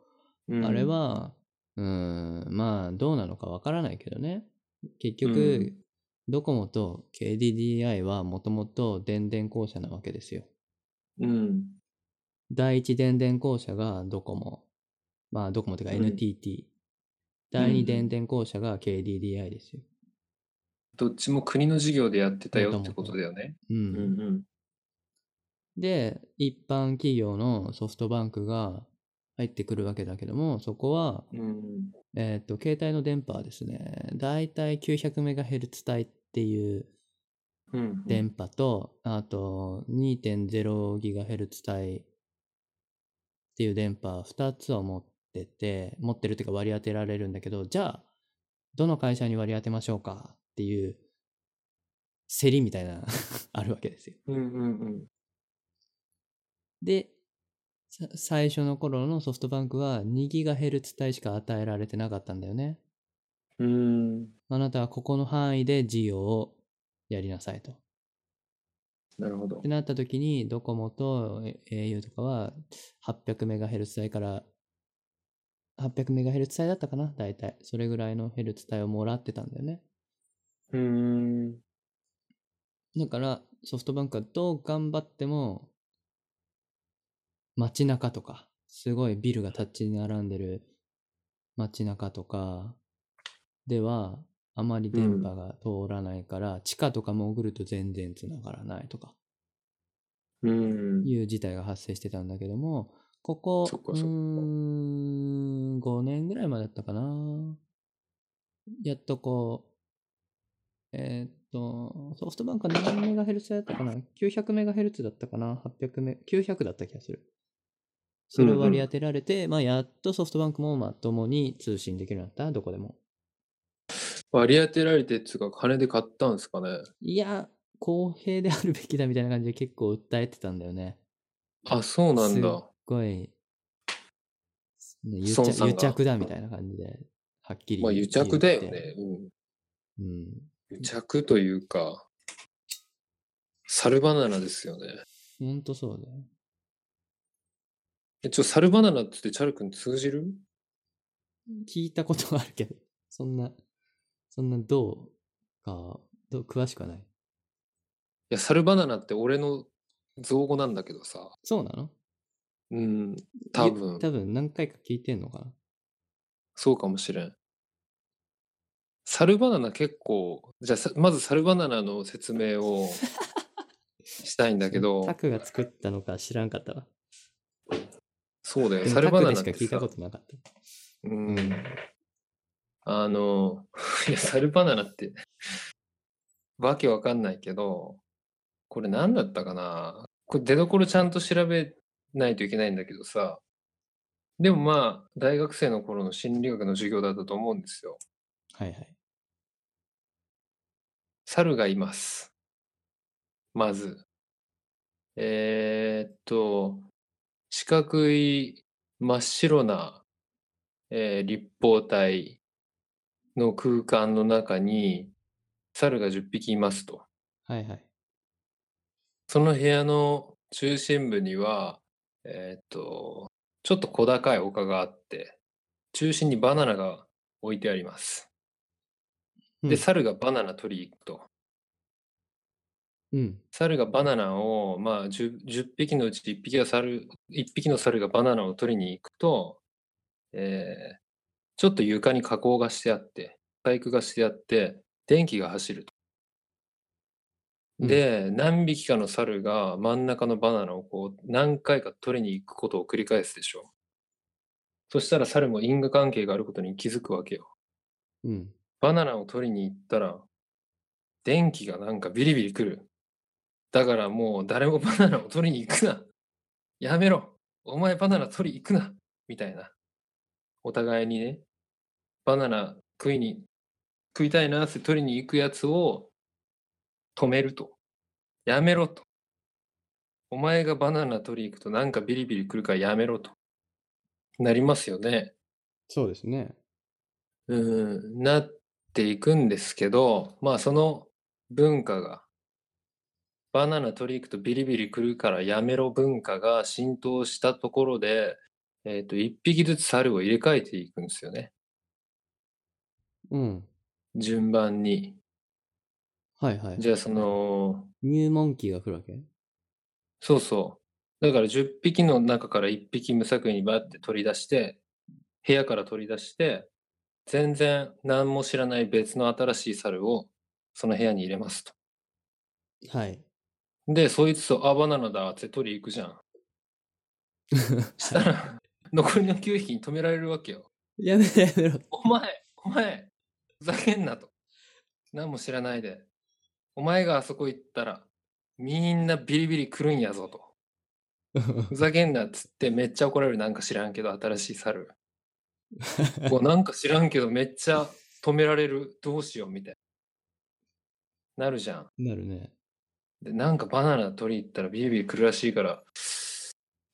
うんあれは、うーん、まあどうなのかわからないけどね。結局、うんドコモと KDDI はもともと電電公社なわけですよ。うん。第一電電公社がドコモ。まあドコモというかうん NTT。ん第二電電公社が KDDI ですよ。どっちも国の事業でやってたよってことだよね。う。うんんで、一般企業のソフトバンクが入ってくるわけだけども、そこは、うん。うん。えっ、と、携帯の電波はですね、だいたい 900MHz 帯っていううん。電波と、あと 2.0GHz 帯っていう電波2つを持ってて、持ってるっていうか割り当てられるんだけど、じゃあ、どの会社に割り当てましょうかっていう、競りみたいな、 あるわけですよ。うんうんうん。で、さ最初の頃のソフトバンクは 2GHz 帯しか与えられてなかったんだよね。うん。あなたはここの範囲で事業をやりなさいと。っなるほどて。なった時に、ドコモとえ au とかは 800MHz 帯から、800MHz 帯だったかな大体。それぐらいのヘルツ帯をもらってたんだよね。うん。だから、ソフトバンクはどう頑張っても、街中とか、すごいビルが立ち並んでる街中とかでは、あまり電波が通らないから、地下とか潜ると全然繋がらないとか、うん。いう事態が発生してたんだけども、ここ、そっかうそっーかん、5年ぐらいまでだったかな。やっとこう、えーっと、ソフトバンクは何メガヘルツだったかな ?900 メガヘルツだったかな ?800 メ、900だった気がする。それを割り当てられて、まあ、やっとソフトバンクもまともに通信できるようになった、どこでも。割り当てられてっつうか、金で買ったんですかね。いや、公平であるべきだみたいな感じで結構訴えてたんだよね。あ、そうなんすっだ。ごい、ね癒孫さ着んが癒着だみたいな感じで、はっきり。まあ、癒着だよね。。うん。うん。癒着というか、猿バナナですよね。ほんとそうだよ。え、ちょ、猿バナナってチャル君通じる聞いたことはあるけど、そんな、そんなどうか、どう詳しくはない。いや、猿バナナって俺の造語なんだけどさ。そうなのうん、多い分、多分何回か聞いてんのかな。そうかもしれん。猿バナナ結構、じゃあさ、まず猿バナナの説明 をしたいんだけどタ、クが作ったのか知らんかったわ。そうだよ、でも猿バナナタっクでてしか聞いたさこ、となかった。うん、あの、 いや、猿バナナって、 わけわかんないけど、これ何だったかなこれ出どころちゃんと調べないといけないんだけどさ、でもまあ、大学生の頃の心理学の授業だったと思うんですよ。はいはい。猿がいます。まず。えーっと、四角い真っ白な、えー立方体の空間の中に猿が10匹いますと。はいはい。その部屋の中心部には、えーっと、ちょっと小高い丘があって、中心にバナナが置いてあります。うんで、猿がバナナ取りに行くと。うん。猿がバナナを、まあ、10, 10匹のうち1匹が猿、1匹の猿がバナナを取りに行くと、えーちょっと床に加工がしてあって、細工がしてあって、電気が走ると。うんで、何匹かの猿が真ん中のバナナをこう何回か取りに行くことを繰り返すでしょう。そしたら猿も因果関係があることに気づくわけよ。うん。バナナを取りに行ったら、電気がなんかビリビリ来る。だからもう誰もバナナを取りに行くな。やめろ。お前バナナ取りに行くな。みたいな。お互いにね、バナナ食いに、食いたいなって取りに行くやつを止めると。やめろと。お前がバナナ取りに行くとなんかビリビリ来るからやめろと。なりますよね。そうですね。うん、なっていくんですけど、まあその文化が、バナナ取り行くとビリビリ来るからやめろ文化が浸透したところで、えっと、一匹ずつ猿を入れ替えていくんですよね。うん。順番に。はいはい。じゃあその、入門期が来るわけそうそう。だから10匹の中から1匹無作為にバッて取り出して、部屋から取り出して、全然何も知らない別の新しい猿をその部屋に入れますと。はい。で、そいつと、あ、バナナだって取り行くじゃん。したら、残りの9匹に止められるわけよ。やめろやめろ。お前、お前、ふざけんなと。何も知らないで。お前があそこ行ったら、みんなビリビリ来るんやぞと。 ふざけんなっつって、めっちゃ怒られる。なんか知らんけど、新しい 猿。うわなんか知らんけど、めっちゃ止められる。どうしよう、みたいな。なるじゃん。なるね。で、なんかバナナ取り行ったらビリビリ来るらしいから、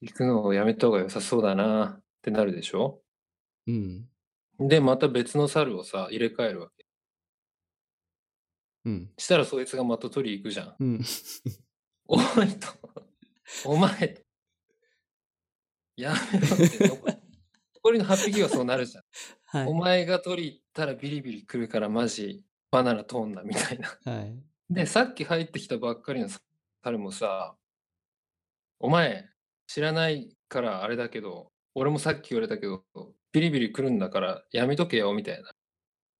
行くのをやめた方が良さそうだなってなるでしょうん。で、また別の猿をさ、入れ替えるわけ。うん。したらそいつがまた取り行くじゃん。 うん。おいと、お前と、やめろって残り、残りの8匹はそうなるじゃん。はいお。前が取り行ったらビリビリ来るからマジ、バナナ取んなみたいな。はい。で、さっき入ってきたばっかりの猿もさ、お前、知らないからあれだけど、俺もさっき言われたけど、ビリビリ来るんだからやめとけよ、みたいな。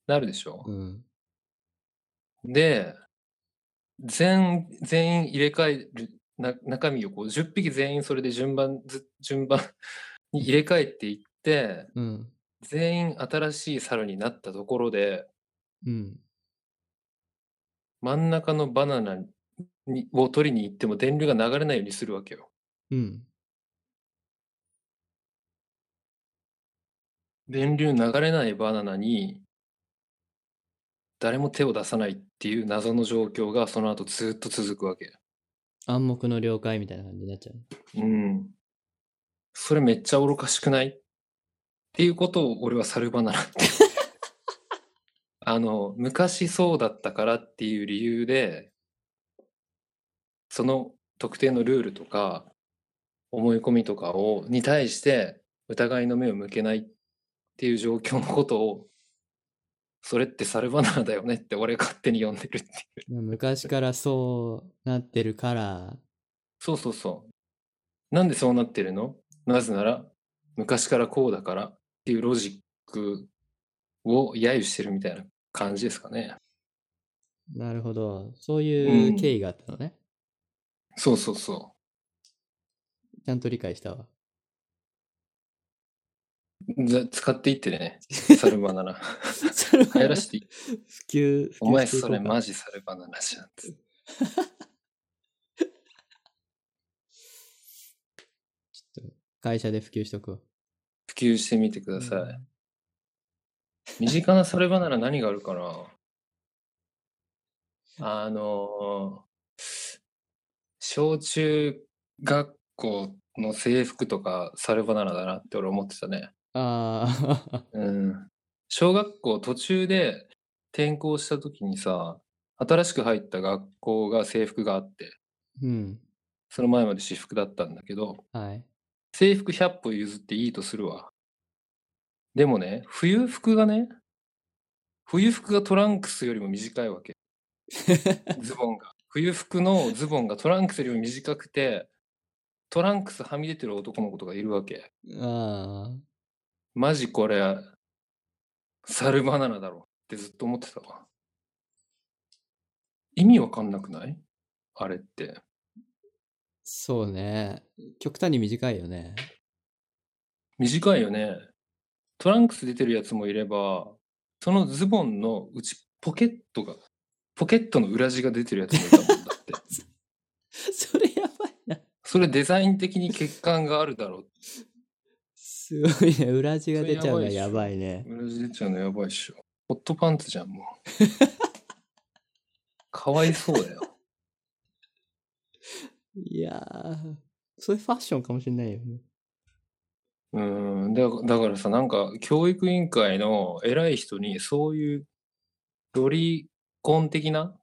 なるでしょ、うん。で、全、全員入れ替える、な中身をこう、10匹全員それで順番ず、順番 に入れ替えていって、うん。全員新しい猿になったところで、うん。真ん中のバナナにを取りに行っても電流が流れないようにするわけよ。うん。電流流れないバナナに誰も手を出さないっていう謎の状況がその後ずっと続くわけ。暗黙の了解みたいな感じになっちゃう。うん。それめっちゃ愚かしくないっていうことを俺は猿バナナってあの、昔そうだったからっていう理由で、その特定のルールとか、思い込みとかを、に対して疑いの目を向けないっていう状況のことを、それって猿バナナだよねって俺勝手に呼んでるっていう。昔からそうなってるから、そうそうそう。なんでそうなってるのなぜなら、昔からこうだからっていうロジックを揶揄してるみたいな感じですかね。なるほど。そういううん経緯があったのね。そうそうそちゃんと理解したわ。う。ざ使っていってね、サルバナ ナ。それは流行らしてい い普及、お前それマジ。ジサルバナナじゃんって。ちょっと会社で普及しとくわ。普及してみてください。うん身近なサルバナナ何があるかなあのー小中学校の制服とかサルバナラだなって俺思ってたね。ああ、うん。小学校途中で転校した時にさ、新しく入った学校が制服があって、 うん。その前まで私服だったんだけど、はい。制服100歩譲っていいとするわ。でもね、冬服がね、冬服がトランクスよりも短いわけ。ズボンが。冬服のズボンがトランクスよりも短くて、トランクスはみ出てる男の子とかいるわけ。ああ、マジこれ、サルバナナだろってずっと思ってたわ。意味わかんなくないあれって。そうね。極端に短いよね。短いよね。トランクス出てるやつもいれば、そのズボンのうちポケットが、ポケットの裏地が出てるやつもいたもんだって。 それやばいな。それデザイン的に欠陥があるだろう。すごいね。裏地が出ちゃうのはそれややばばいね。裏地出ちゃうのやばいっしょ。ホットパンツじゃん、もう。かわいそうだよ。いやー、それファッションかもしれないよね。うんだだからさなんか教育委員会の偉い人にそういうロリコン的な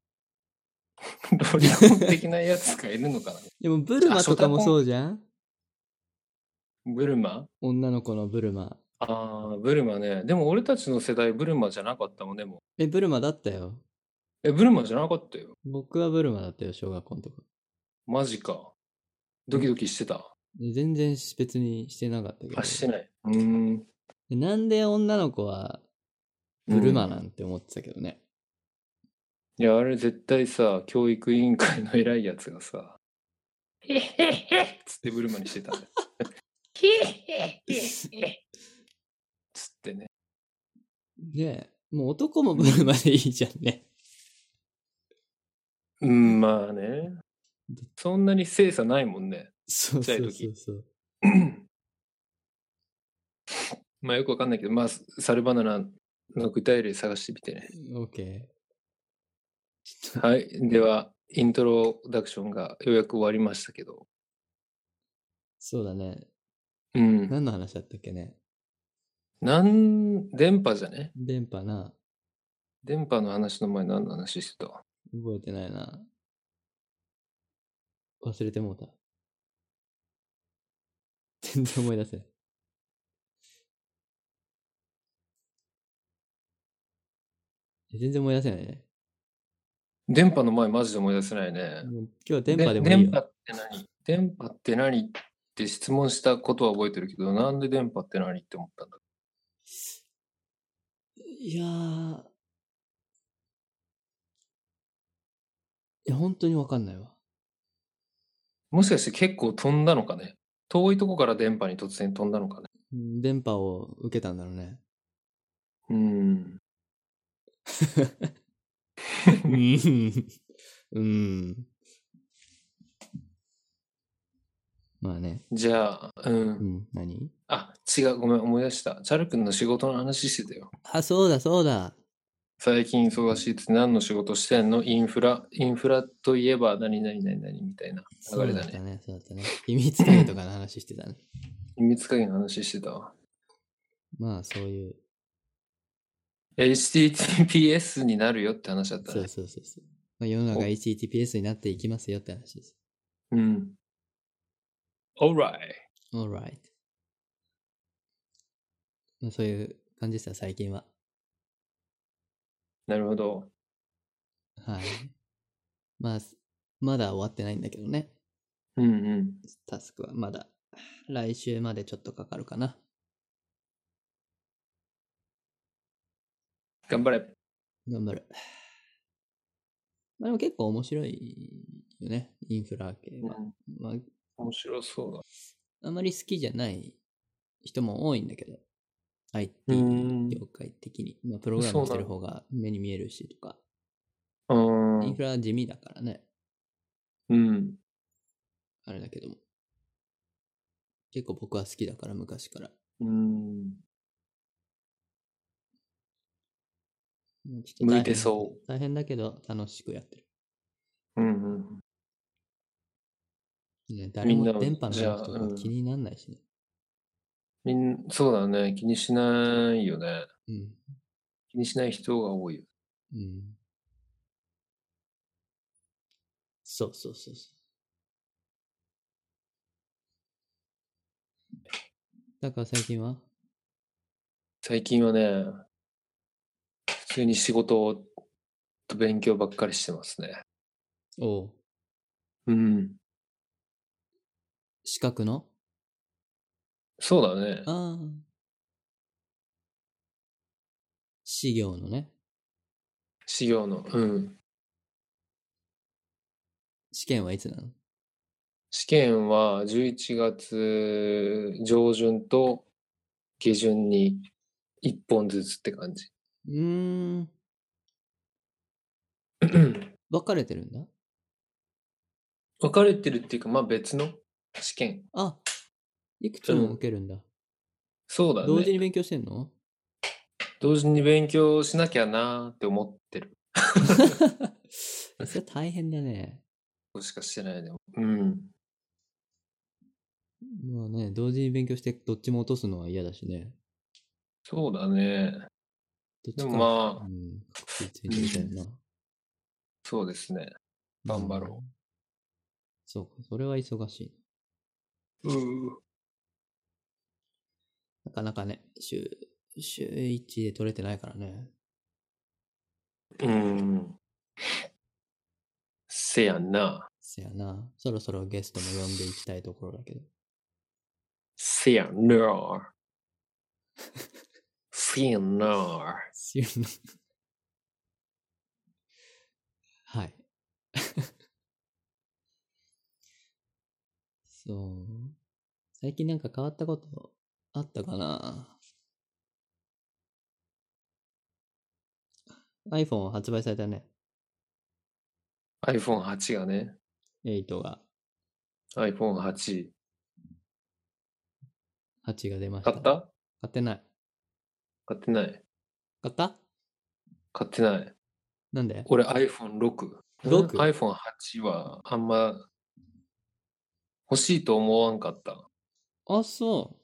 ロリコン的なやつがいるのかなでも、ブルマとかもそうじゃんブルマ女の子のブルマ。ああブルマねでも俺たちの世代ブルマじゃなかったもんでもえ、ブルマだったよ。えブルマじゃなかったよ僕はブルマだったよ、小学校のとこ。マジかドキドキしてたで全然別にしてなかったけどあ。してないうーんでなんで女の子はブルマなんて思ってたけどね。いやあれ絶対さ教育委員会の偉いやつがさ「へっへっへっ」つってブルマにしてたんだよへっへっへっへっつってねねえ、もう男もブルマでいいじゃんね。うん、まあね。そんなに精査ないもんね。そうそちっちゃういそ時うそう。まあよくわかんないけど、まあ、サルバナナの具体例探してみてね。オッケー。はい。では、イントロダクションがようやく終わりましたけど。そうだね。うん。何の話だったっけね。なん、電波じゃね電波な。電波の話の前何の話してた覚えてないな。忘れてもうた。 全然思い出せない。全然思い出せないね。電波の前マジで思い出せないね。もう今日電波でもいい電波よ。って何電波って何って質問したことは覚えてるけど、なんで電波って何って思ったんだいやー。いや、本当にわかんないわ。もしかして結構飛んだのかね遠いとこから電波に突然飛んだのかねうん電波を受けたんだろうね。うん。 うん。うん。まあね。じゃあ、う。うんん。何あ、違う。ごめん、思い出した。チャル君の仕事の話してたよ。あ、そうだそうだ。最近忙しいって何の仕事してんのインフラ、インフラといえば何々何々みたいなそ流うれだだったね。ね。そうだったね。秘密鍵とかの話してたね。 秘密鍵の話してたわ。まあそういう。 HTTPS になるよって話だったそうね。そうそうそう。まあ、世の中 HTTPS になっていきますよって話です。うん。alright. alright. まあそういう感じでした、最近は。なるほど。はい。まあ、まだ終わってないんだけどね。うんうん。タスクはまだ。来週までちょっとかかるかな。頑張れ。頑張る。まあでも結構面白いよね、インフラ系うは。ん、まあ、面白そうだ。あまり好きじゃない人も多いんだけど、IT うーん業界的に。まあ、プログラムしてる方が目に見えるしとか、うインんフ。ラは地味だからね、うん。あれだけども。結構僕は好きだから、昔から。うん。もうちょっと大変向いてそう。大変だけど、楽しくやってる。うんうんうん。いや、誰みんなもは電波のじゃあ人うがん気にならないしね。みん、そうだね。気にしないよね。うん。気にしない人が多いよ。うん。そうそうそうそう。だから最近は最近はね、普通に仕事と勉強ばっかりしてますね。おううん。資格のそうだね。ああ。資料のね、修行の。うん。試験はいつなの試験は11月上旬と下旬に1本ずつって感じ。うーん。分かれてるんだ分かれてるっていうか、まあ別の試験。あ、いくつも受けるんだ。そうだね。同時に勉強してんの同時に勉強しなきゃなーって思ってる。それ大変だね。これしかしてないね。うん。まあね、同時に勉強してどっちも落とすのは嫌だしね。そうだね。どっちでかもまあう、ん、確実にみたいな。そうですね。頑張ろうん。そうか、それは忙しい。うん。なかなかね、週、週1で取れてないからね。うん。せやんな。せやな。そろそろゲストも呼んでいきたいところだけど。せやんな。せやんな。すいません はい。 そう。最近なんか変わったことあったかな ?iPhone 発売されたね。 iPhone8 がね。 8が、 iPhone8。 8が出ました。買った買ってない。買ってない。買った買ってない。なんで俺 iPhone6。六 iPhone8 はあんま欲しいと思わんかった。あ、そ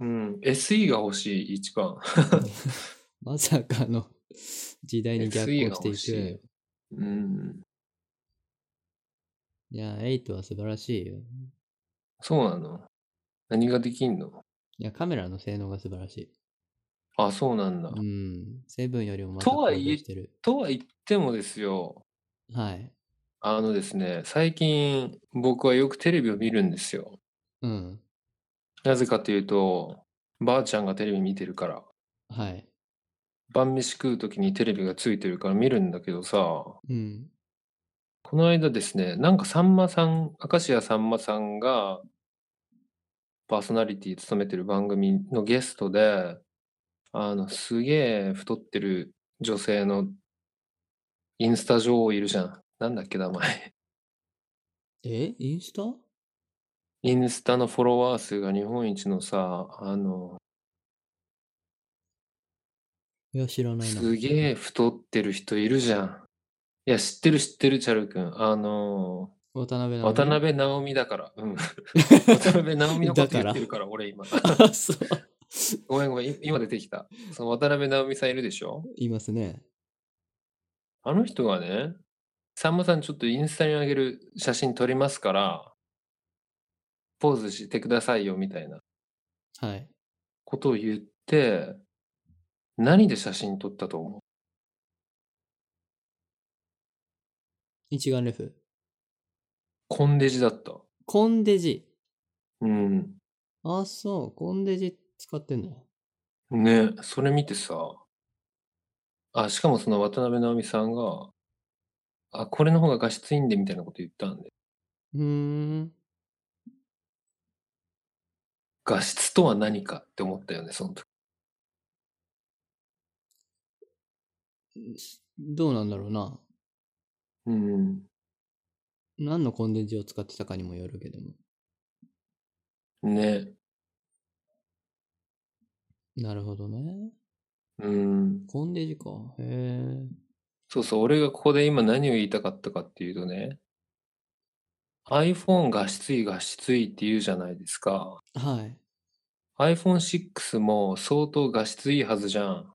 うん。SE が欲しい、一番。う。 まさかの時代に逆 SE 行が欲ししていいく。。うん。いや、8は素晴らしいよ。そうなの何ができんのいや、カメラの性能が素晴らしい。あ、そうなんだ。うん。セブンよりもまたとはいえ向上してる。とは言ってもですよ、はい。あのですね、最近僕はよくテレビを見るんですよ。うん。なぜかというと、ばあちゃんがテレビ見てるから、はい。晩飯食う時にテレビがついてるから見るんだけどさ、うん。この間ですね、なんかさんまさん、明石家さんまさんがパーソナリティ務めてる番組のゲストで、あの、すげえ太ってる女性のインスタ女王いるじゃん。なんだっけ、名前。えインスタインスタのフォロワー数が日本一のさ、あの、いや、知らないな。すげえ太ってる人いるじゃん。いや、知ってる知ってる、チャル君。あの、渡辺直美渡。辺直美だから。 うん。渡辺直美のことだか言らってるから、俺 今。あ、そう。ごめんごめん、い今出てきた。その渡辺直美さんいるでしょいますね。あの人がね、さんまさんちょっとインスタに上げる写真撮りますから、ポーズしてくださいよみたいなはい。ことを言って、何で写真撮ったと思う一眼レフ。コンデジだった。コンデジ。うん。あ、そう。コンデジ使ってんのね、それ見てさ、あ、しかもその渡辺直美さんが、あ、これの方が画質いいんでみたいなこと言ったんで、うーん。画質とは何かって思ったよね、その時。どうなんだろうな。うん。何のコンデジを使ってたかにもよるけども。ね。なるほどね。うん。コンデジか。へえ。そうそう、俺がここで今何を言いたかったかっていうとね、 iPhone がしついがしついって言うじゃないですか。はい。 iPhone6 も相当画質いいはずじゃん。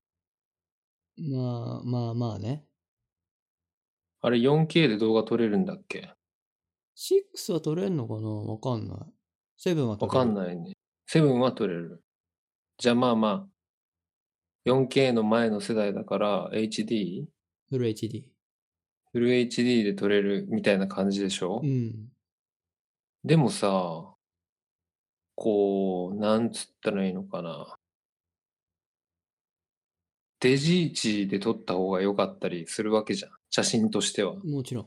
まあまあまあね。あれ 4K で動画撮れるんだっけ6は取れんのかなわかんない。7はわ取れかる。んい。ないね。7は撮れる。じゃあまあまあ、4K の前の世代だから HD? フル HD。フル HD で撮れるみたいな感じでしょ、うん。でもさ、こう、なんつったらいいのかな。デジイチで撮った方が良かったりするわけじゃん。写真としては。もちろん。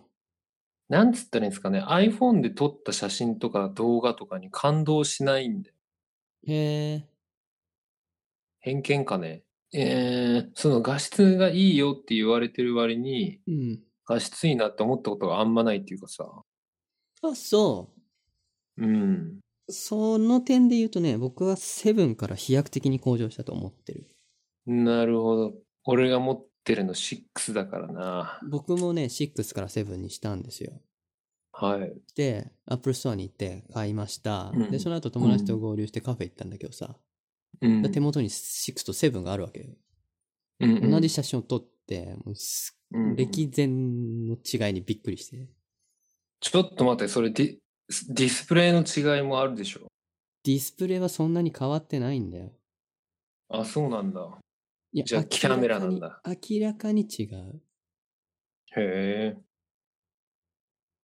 なんつったらいいんですかね。iPhone で撮った写真とか動画とかに感動しないんだよ。へえ。偏見かね。えー、その画質がいいよって言われてる割に、うん。画質いいなって思ったことがあんまないっていうかさ。あ、そうん。う。その点で言うとね、僕は7から飛躍的に向上したと思ってる。なるほど。俺が持ってるの6だからな。僕もね、6から7にしたんですよ。はい。で、Apple Store に行って買いました。うんで、その後友達と合流してカフェ行ったんだけどさ、うん手元に6と7があるわけよ。うんうん同じ写真を撮って、もうすうん歴然の違いにびっくりして。ちょっと待って、それディディスプレイの違いもあるでしょ。ディスプレイはそんなに変わってないんだよ。あ、そうなんだ。いやじゃあ明らかにキャメラなんだ明らかに違う。へえ。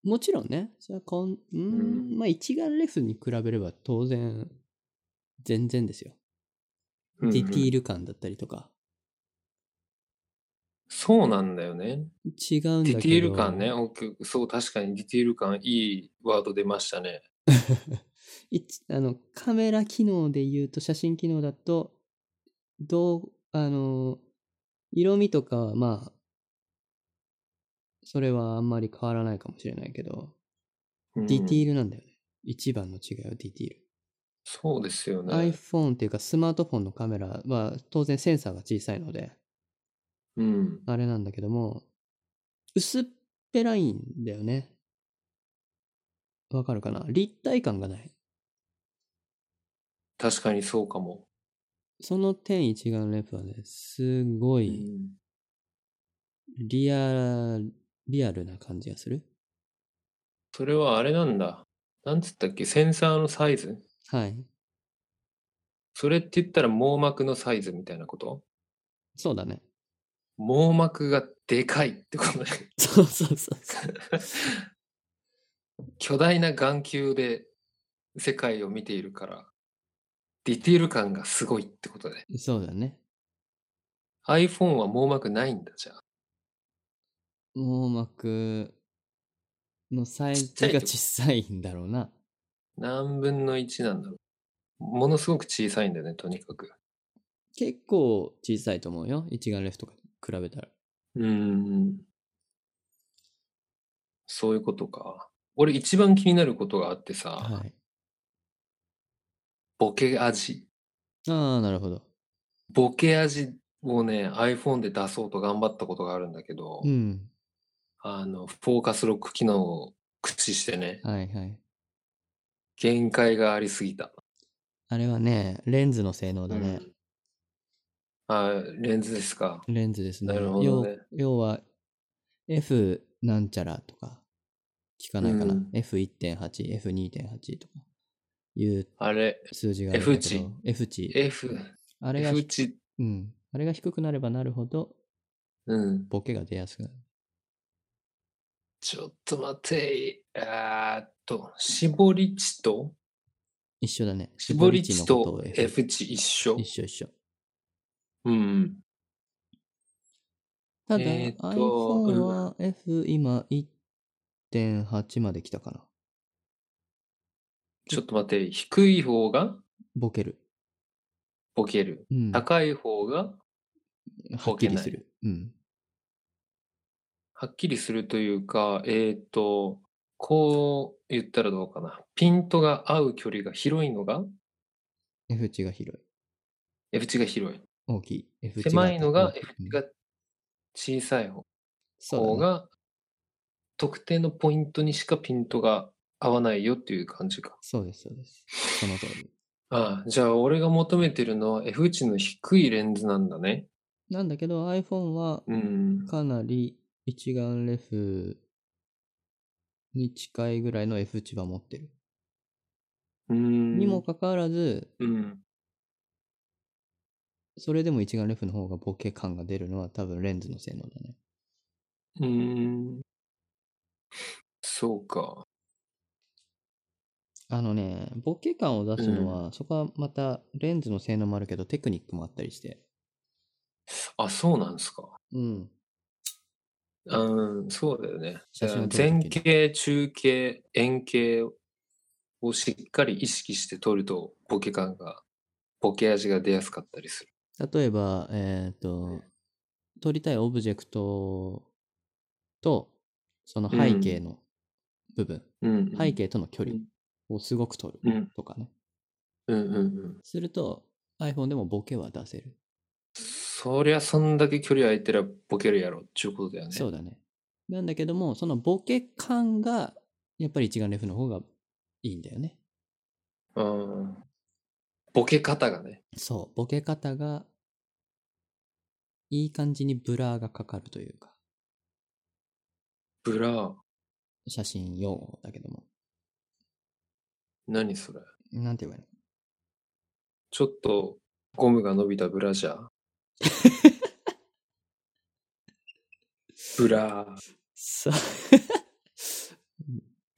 もちろんね、それはこん、うーん、まあ一眼レフに比べれば当然、全然ですよ。うんうんディティール感だったりとか。そうなんだよね。違うんだけデど。ィティール感ね。。オッケーそう、確かにディティール感、いいワード出ましたね。一あのカメラ機能で言うと写真機能だとどうあの色味とかはまあそれはあんまり変わらないかもしれないけど、うんディティールなんだよね一番の違いはディティール、そうですよね。 iPhone っていうかスマートフォンのカメラは当然センサーが小さいのでうん。あれなんだけども薄っぺらいんだよねわかるかな立体感がない確かにそうかも。その点一眼レフはねすごうい、んリア、リアルな感じがする。それはあれなんだ。なんつったっけセンサーのサイズはい。それって言ったら網膜のサイズみたいなことそうだね。網膜がでかいってことね。 そうそうそうそう。巨大な眼球で世界を見ているから、ディティール感がすごいってことで。そうだね。 iPhone は網膜ないんだ、じゃあ。網膜のサイズが小さいんだろうな。何分の1なんだろう。ものすごく小さいんだよね、とにかく。結構小さいと思うよ。一眼レフとか比べたら。うーん。そういうことか。俺一番気になることがあってさ、はい。ボケ味。ああ、なるほど。ボケ味をね、iPhone で出そうと頑張ったことがあるんだけど、うん。あの、フォーカスロック機能を駆使してね、はいはい。限界がありすぎた。あれはね、レンズの性能だね。あレンズですか。レンズですね。なるほどね要要は、F なんちゃらとか、聞かないかな。うん F1.8、F2.8 とかいうあれ、数字があるんだけど F 値 F 値 F、あれが F 値、うん、あれが低くなればなるほどうん。ボケが出やすくなるちょっと待て、あーっと、絞り値と、一緒だね絞り値絞とり値のことを F 値一緒一。緒一緒うん。ただ、えーっと iPhone は F 今1.8まで来たかなちょっと待って、低い方がボケる、ボケる。うん、は高い方がっきりする、うん、はっきりするというか、えーっと、こう言ったらどうかな。ピントが合う距離が広いのが F 値が広い F 値が広い。大きい F 値狭いのが大き F うん値が小さい方そうだねが、特定のポイントにしかピントが合わないよっていう感じか。そうです、そうです。その通り。ああ、じゃあ俺が求めてるのは F 値の低いレンズなんだね。なんだけど iPhone はうん。かなり一眼レフに近いぐらいの F 値は持ってる。うん。にもかかわらず、うん。それでも一眼レフの方がボケ感が出るのは多分レンズの性能だね。うん。そうか。あのね、ボケ感を出すのは、そこはまたレンズの性能もあるけどテクニックもあったりして。あ、そうなんですか。うん。うん、そうだよね。写真を撮る前時に傾、中傾、円形をしっかり意識して撮ると、ボケ感が、ボケ味が出やすかったりする。例えば、えっ、と、撮りたいオブジェクトと、その背景の部分、うん、背景との距離うんをすごく撮るうん、とかね。うん、うん、うん。すると、iPhone でもボケは出せる。そりゃ、そんだけ距離空いてりゃボケるやろっていうことだよね。そうう。だね。なんだけども、そのボケ感が、やっぱり一眼レフの方がいいんだよね。ん。ボケ方がね。そう、ボケ方が、いい感じにブラーがかかるというか、ブラー。写真用語だけども。何それ。なんて言えばいいのちょっと、ゴムが伸びたブラジ ャー。ブラー。 さ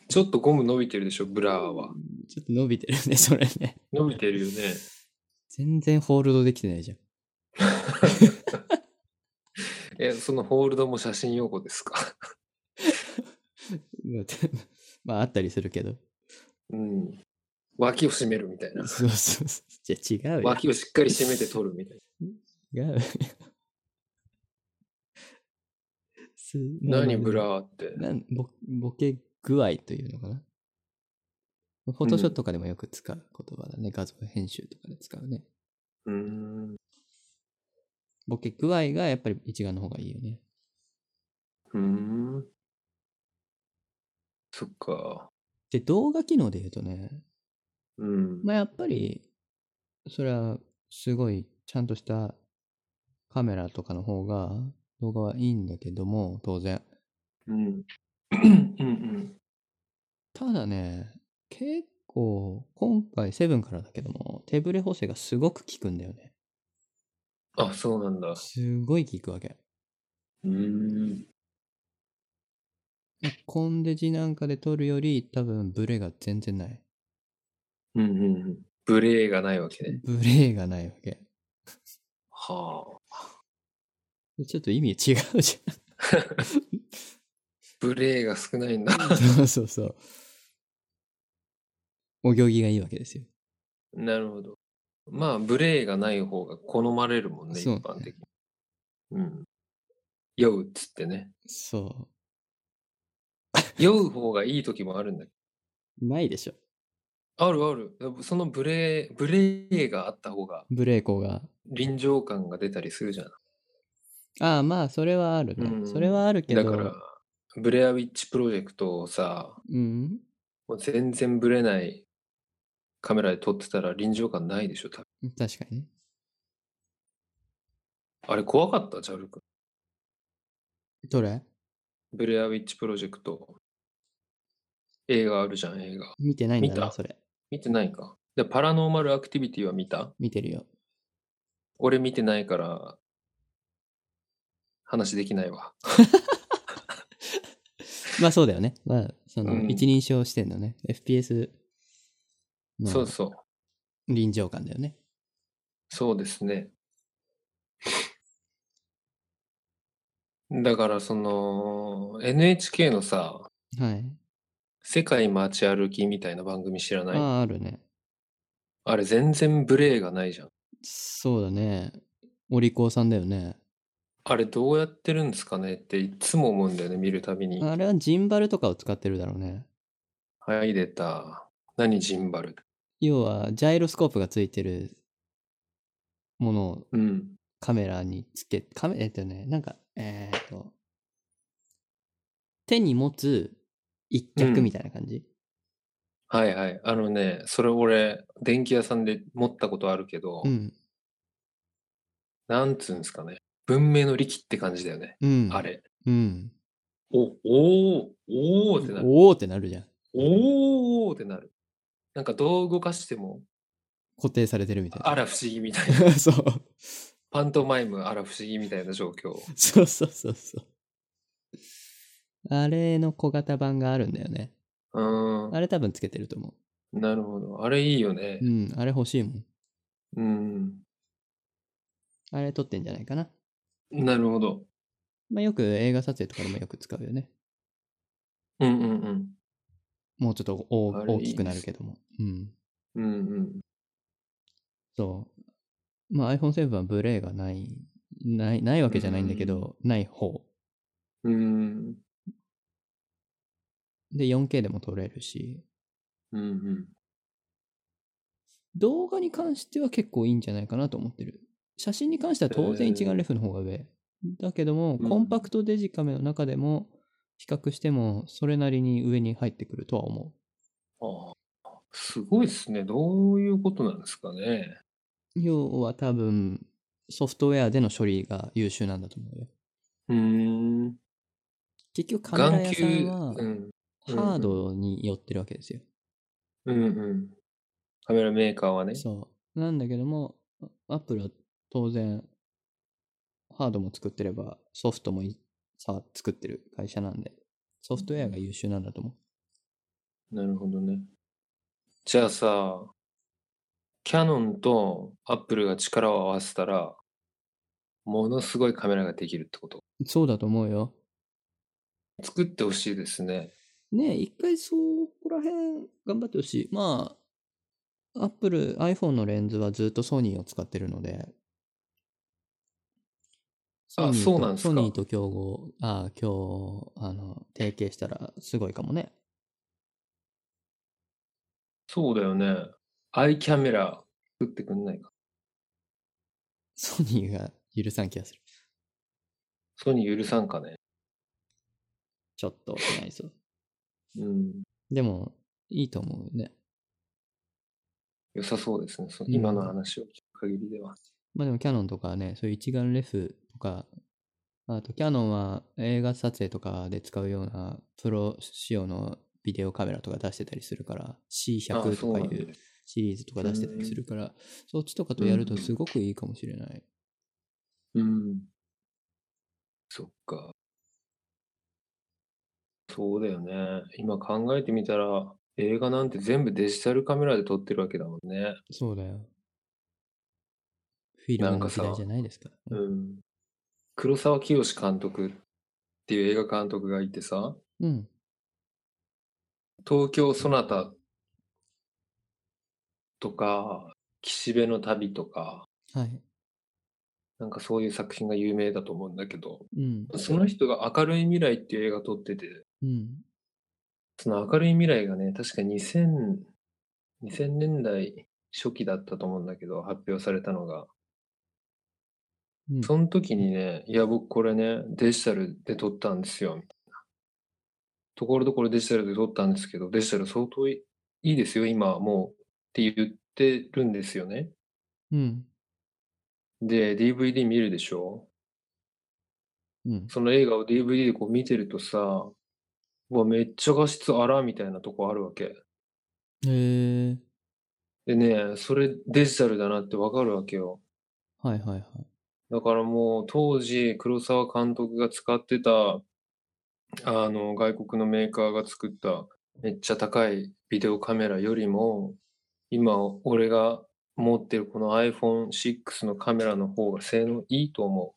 ちょっとゴム伸びてるでしょ、ブラーは。ちょっと伸びてるね、それね。伸びてるよね。全然ホールドできてないじゃん。 え、そのホールドも写真用語ですかまあてまあ、あったりするけど。うん。脇を締めるみたいな。そうそうそう。じゃあ違うよ。脇をしっかり締めて撮るみたい違うよ。すな。何ブーラーって。なんボボケ具合というのかな。フォトショーとかでもよく使う言葉だね。画像編集とかで使うね。うーん。ボケ具合がやっぱり一眼の方がいいよね。うーん。そっか。で、動画機能で言うとね、うん。まあ、やっぱり、それはすごいちゃんとしたカメラとかの方が動画はいいんだけども、当然。 うん。うんうん。ただね、結構、今回セブンからだけども、手ブレ補正がすごく効くんだよね。あ、そうなんだ。すごい効くわけ。うーん。コンデジなんかで撮るより多分ブレが全然ない。うんうんうん。ブレーがないわけね。ブレがないわけ。はあ。ちょっと意味違うじゃん。ブレーが少ないんだ。そうそうそう。お行儀がいいわけですよ。なるほど。まあ、ブレーがない方が好まれるもんね、一そうね般的に。うん。酔うっつってね。そ酔う方がいい時もあるんだけう。ないでしょ。ど。あるある。そのブレー、ブレーがあった方がブレーコが。臨場感が出たりするじゃん。ああ、まあ、それはあるね。うんそれはあるけど。だから、ブレアウィッチプロジェクトをさ、うん。もう全然ブレないカメラで撮ってたら臨場感ないでしょ、多分。確かにね。あれ怖かった、ジャル君。どれブレアウィッチプロジェクト。映画あるじゃん、映画。見てないんだ見たな、それ。見てないか。で、パラノーマルアクティビティは見た見てるよ。俺見てないから、話できないわ。まあ、そうだよね。まあ、その、うん一人称視点のね、FPS そうのそう。臨場感だよね。そうですね。だからその NHK のさ、はい。世界街歩きみたいな番組知らないあああ、あるね。れ全然ブレーがないじゃん。そうだね。お利口さんだよね。あれどうやってるんですかねっていつも思うんだよね、見るたびに。あれはジンバルとかを使ってるだろうね。はい、出た。何ジンバル。要は、ジャイロスコープがついてるものをうん。カメラにつけ、カメえっとね、なんか、えーっと、手に持つ一脚みたいな感じ。はいはい。あのね、それ俺、電気屋さんで持ったことあるけど、うん。なんつうんですかね。文明の利器って感じだよね。うん。あれ。うん。お、おー、おーってなる。おおってなるじゃん。おーってなる。なんかどう動かしても、固定されてるみたいな。あら不思議みたい な。 そう。パントマイムあら不思議みたいな状況。そうそうそうそう。あれの小型版があるんだよね。うーん。あれ多分つけてると思なるほど。あれいいよねう。う。ん、あれ欲しいもん。うん。あれ撮ってんじゃないかな。なるほど。まあよく映画撮影とかでもよく使うよね。うんうんもうちょっと大あれ大きくなるけども。うん。うん。うんうん。そう。まあ iPhone7 はブレーがない、ない、ないわけじゃないんだけど、ない方。うん。で、4K でも撮れるし、うんうん。動画に関しては結構いいんじゃないかなと思ってる。写真に関しては当然一眼レフの方が上。だけども、うんコンパクトデジカメの中でも、比較しても、それなりに上に入ってくるとは思ああ。すごいですね。どういうことなんですかね。う。要は多分、ソフトウェアでの処理が優秀なんだと思うよ。うーん。結局カメラ眼屋球さんは、うん。うんハードに寄ってるわけですよ。うんうん。カメラメーカーはね。そう。なんだけども、アップルは当然、ハードも作ってれば、ソフトもいさ作ってる会社なんで、ソフトウェアが優秀なんだと思う。なるほどね。じゃあさ、キャノンとアップルが力を合わせたら、ものすごいカメラができるってこと。そうだと思うよ。作ってほしいですね。ねえ、一回そこら辺頑張ってほしい。まあ、アップル、iPhone のレンズはずっとソニーを使ってるので、ソあニーとそうなんすかソニーと競合、あ今日、あの、提携したらすごいかもね。そうだよね。アイキャメラ作ってくんないか。ソニーが許さん気がする。ソニー許さんかね。ちょっとしないぞ。うん。でも、いいと思うよね。良さそうですね。そうん今の話を聞く限りでは。まあでも、キャノンとかね、そういう一眼レフとか、あと、キャノンは映画撮影とかで使うようなプロ仕様のビデオカメラとか出してたりするから、あ C100 そとうかないんだうシリーズとか出してたりするから、そっちとかとやるとすごくいいかもしれない。うん。そっか。そうだよね。今考えてみたら、映画なんて全部デジタルカメラで撮ってるわけだもんね。そうだよ。フィルムなんのかさ時代じゃないですか。うん。黒沢清監督っていう映画監督がいてさ、うん。東京ソナタとか、岸辺の旅とか、はい。なんかそういう作品が有名だと思うんだけど、うん。その人が明るい未来っていう映画撮ってて、うん。その明るい未来がね、確か2000、2000年代初期だったと思うんだけど、発表されたのが。うん、その時にね、いや、僕これね、デジタルで撮ったんですよ、みたいな。ところどころデジタルで撮ったんですけど、デジタル相当いいいですよ、今はもう、って言ってるんですよね。うん。で、DVD 見るでしょうん。その映画を DVD でこう見てるとさ、うわ、めっちゃ画質あら、みたいなとこあるわけ。へえー。でね、それデジタルだなってわかるわけよ。はいはいはい。だからもう当時黒沢監督が使ってたあの外国のメーカーが作っためっちゃ高いビデオカメラよりも今俺が持ってるこの iPhone6 のカメラの方が性能いいと思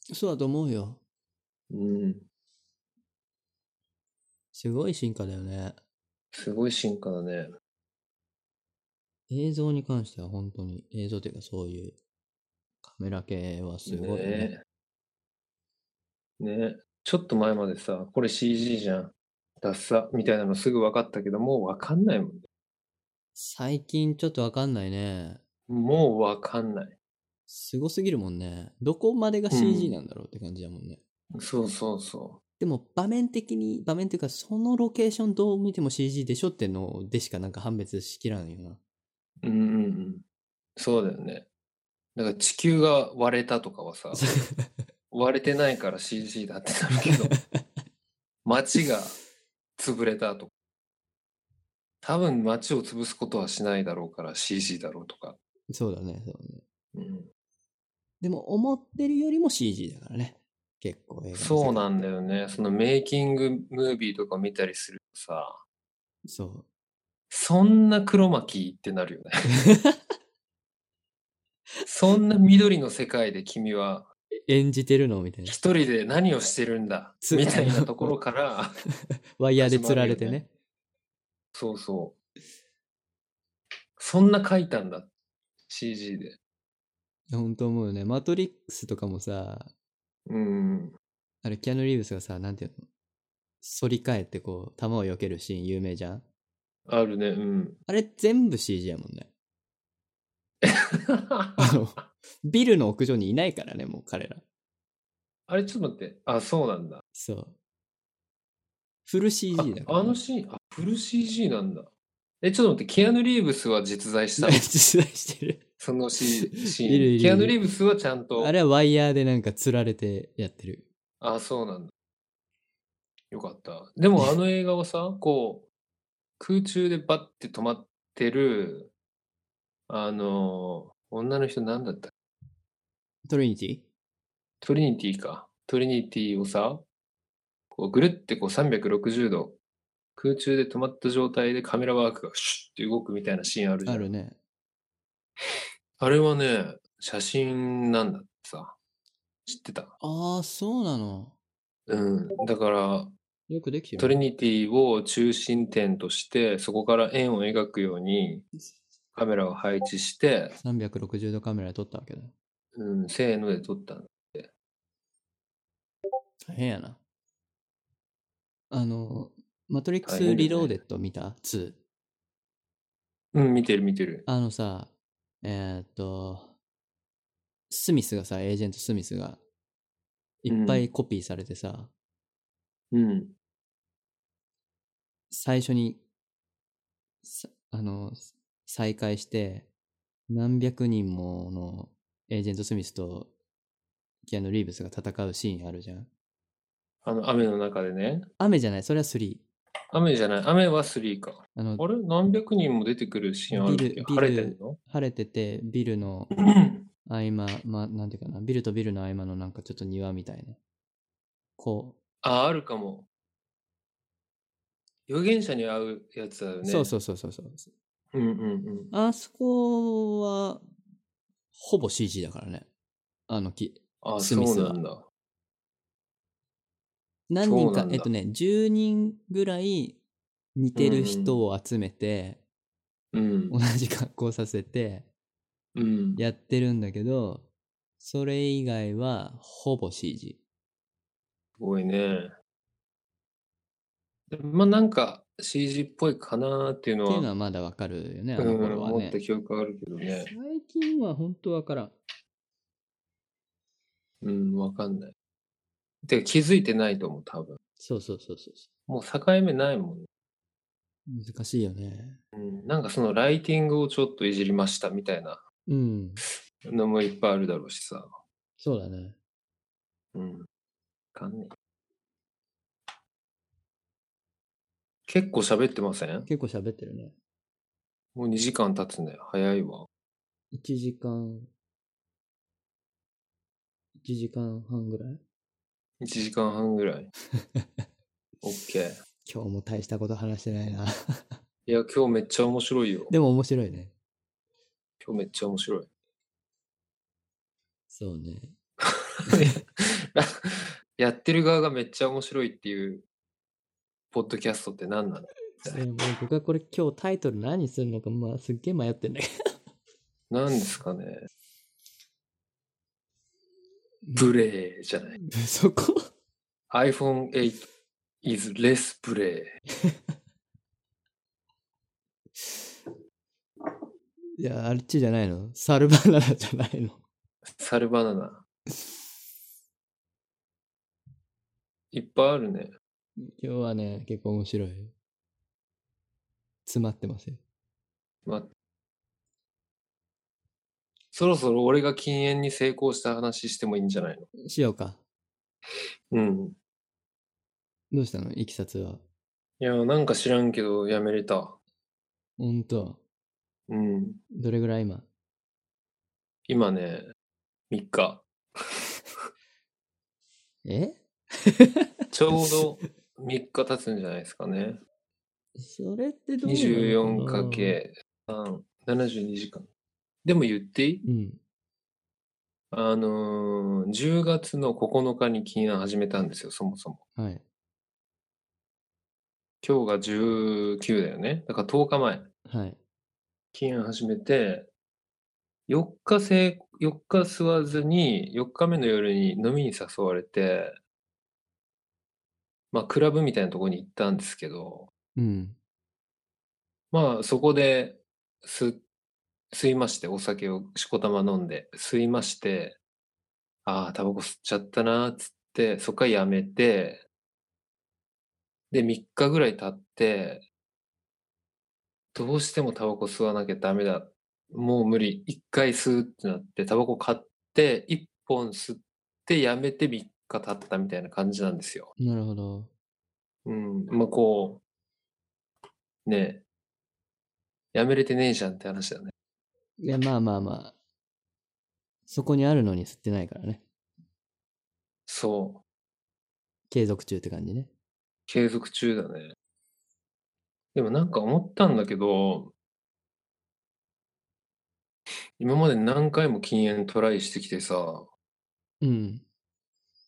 そうだと思うよ。う。うん。すごい進化だよね。すごい進化だね。映像に関しては本当に、映像というかそういうカメラ系はすごいよね。ねねちょっと前までさ、これ CG じゃん。ダッサみたいなのすぐ分かったけど、もう分かんないもんね。最近ちょっとわかんないね。もう分かんない。すごすぎるもんね。どこまでが CG なんだろうって感じだもんね。っそうそうそう。てでも場面的に、場面というかそのロケーションどう見ても CG でしょってのでしかなんか判別しきらないよな。うんうんうん。そうだよね。だから地球が割れたとかはさ、割れてないから CG だってなるけど、街が潰れたとか。多分街を潰すことはしないだろうから CG だろうとか。 そうだね、そうだね。うん、でも思ってるよりも CG だからね。結構映画の世界そうなんだよね。そのメイキングムービーとか見たりするとさ、そう。そんな黒巻きってなるよね。そんな緑の世界で君は演じてるのみ たいな一。人で何をしてるんだつみたいなところ から、ワイヤーで釣られてね。そうそう。そんな書いたんだ。CG で。いや本当思うよね。マトリックスとかもさ、うん。あれ、キアヌ・リーブスがさ、なんていうの反り返ってこう、弾を避けるシーン有名じゃんあるね。うん。 あれ全部 CG やもんね。あの、ビルの屋上にいないからね、もう彼ら。あれ、ちょっと待って。あ、そうなんだ。そう。フル CG だからね、ああのシーン、あ、フル CG なんだ。え、ちょっと待って。キアヌ・リーブスは実 在したの実在してる。そのシーンシーンいるいるいるキアヌ・リーブスはちゃんと。あれはワイヤーでなんか釣られてやってる。あ、そうなんだ。よかった。でもあの映画 はさ、こう、空中でバッて止まってる、あの、女の人なんだったっけトリニティトリニティか。トリニティをさ、こうぐるってこう360度、空中で止まった状態でカメラワークがシュッて動くみたいなシーンあるじゃあん。るね。あれはね、写真なんだってさ、知ってた。ああ、そうなの。うん。だから、よくできてる。トリニティを中心点として、そこから円を描くようにカメラを配置して、 360度カメラで撮ったわけだ。うん、せーので撮ったの。大変やな。あの、マトリックス大変だよねリローデッド見た ?2。うん、見てる見てる。あのさ、えーっと、スミスがさ、エージェントスミスが、いっぱいコピーされてさ、うん。最初に、さあの、再会して、何百人ものエージェント・スミスとキアヌ・リーブスが戦うシーンあるじゃん。あの、雨の中でね。雨じゃない、それは3。雨じゃない。雨は3か。あのあ、れ何百人も出てくるシーンあるっビけル晴れてんの晴れてて、ビルの合間、まあ、なんていうかな、ビルとビルの合間のなんかちょっと庭みたいな。こあ、あるかも。預言者に会うやつだよう、ね。そうそうそうそうそう。う。うんうんうん。あそこは、ほぼ CG だからね。あの木。あ、スそミスうはなんだ。何人そうなかん、だえっとね、10人ぐらい似てる人を集めて、うん。同じ格好させてうん。やってるんだけど、それ以外はほぼ CG。すごいね。でまあなんか CG っぽいかなっていうのっていうのはは、まだわかるよね、あうのん、頃は思っねた。記憶あるけどね最。近は本当わからん。うん、わかんない。てか気づいてないと思う、多分。そうそうそうそうそもう境目ないもんね。う。難しいよね。うん、なんかそのライティングをちょっといじりましたみたいなうん。のもいっぱいあるだろうしさ。そうだね。うん。わかんない。結構喋ってません結構喋ってるね。もう2時間経つね。早いわ。 1時間、1時間半ぐらい1時間半ぐ らい。OK。今日も大したこと話してないな。いや、今日めっちゃ面白いよ。 でも面白いね。今日めっちゃ面白い。そうね。 やってる側がめっちゃ面白いっていう、ポッドキャストって何なのもう僕はこれ今日タイトル何するのか、まあすっげえ迷ってんだけ何ですかねブレーじゃない。ど。 そこ iPhone8 is less ブレいや、あっちじゃないのサルバナナじゃないのー。サルバナナ。いっぱいあるね。今日はね、結構面白い。詰まってますよ。そろそろ俺が禁煙に成功した話してもいいんじゃないしようか。のうん。どうしたのいきさつは。いや、なんか知らんけど、やめれた。ほんと。うん。どれぐらい今今ね、3日。えちょ うど3日経つんじゃないですかね。それってどうなのかな 24×3、72時間。でも言っていいうん。あのー、10月の9日に禁煙始めたんですよ、そもそも。はい。今日が19だよね。だから10日前。はい。禁煙始めて、4日せ、4日吸わずに、4日目の夜に飲みに誘われて、まあ、クラブみたいなとこに行ったんですけど、うん。まあ、そこで、す、吸いまして、お酒をしこたま飲んで、吸いまして、ああ、タバコ吸っちゃったな、つって、そっからやめて、で、3日ぐらい経って、どうしてもタバコ吸わなきゃダメだ。もう無理。一回吸うってなって、タバコ買って、一本吸って、やめて3日経ったみたいな感じなんですよ。なるほど。うん、まあこう、ねえ、やめれてねえじゃんって話だね。いや、まあまあまあ。そこにあるのに吸ってないからね。そう、継続中って感じね。継続中だね。でもなんか思ったんだけど、今まで何回も禁煙トライしてきてさ、うん。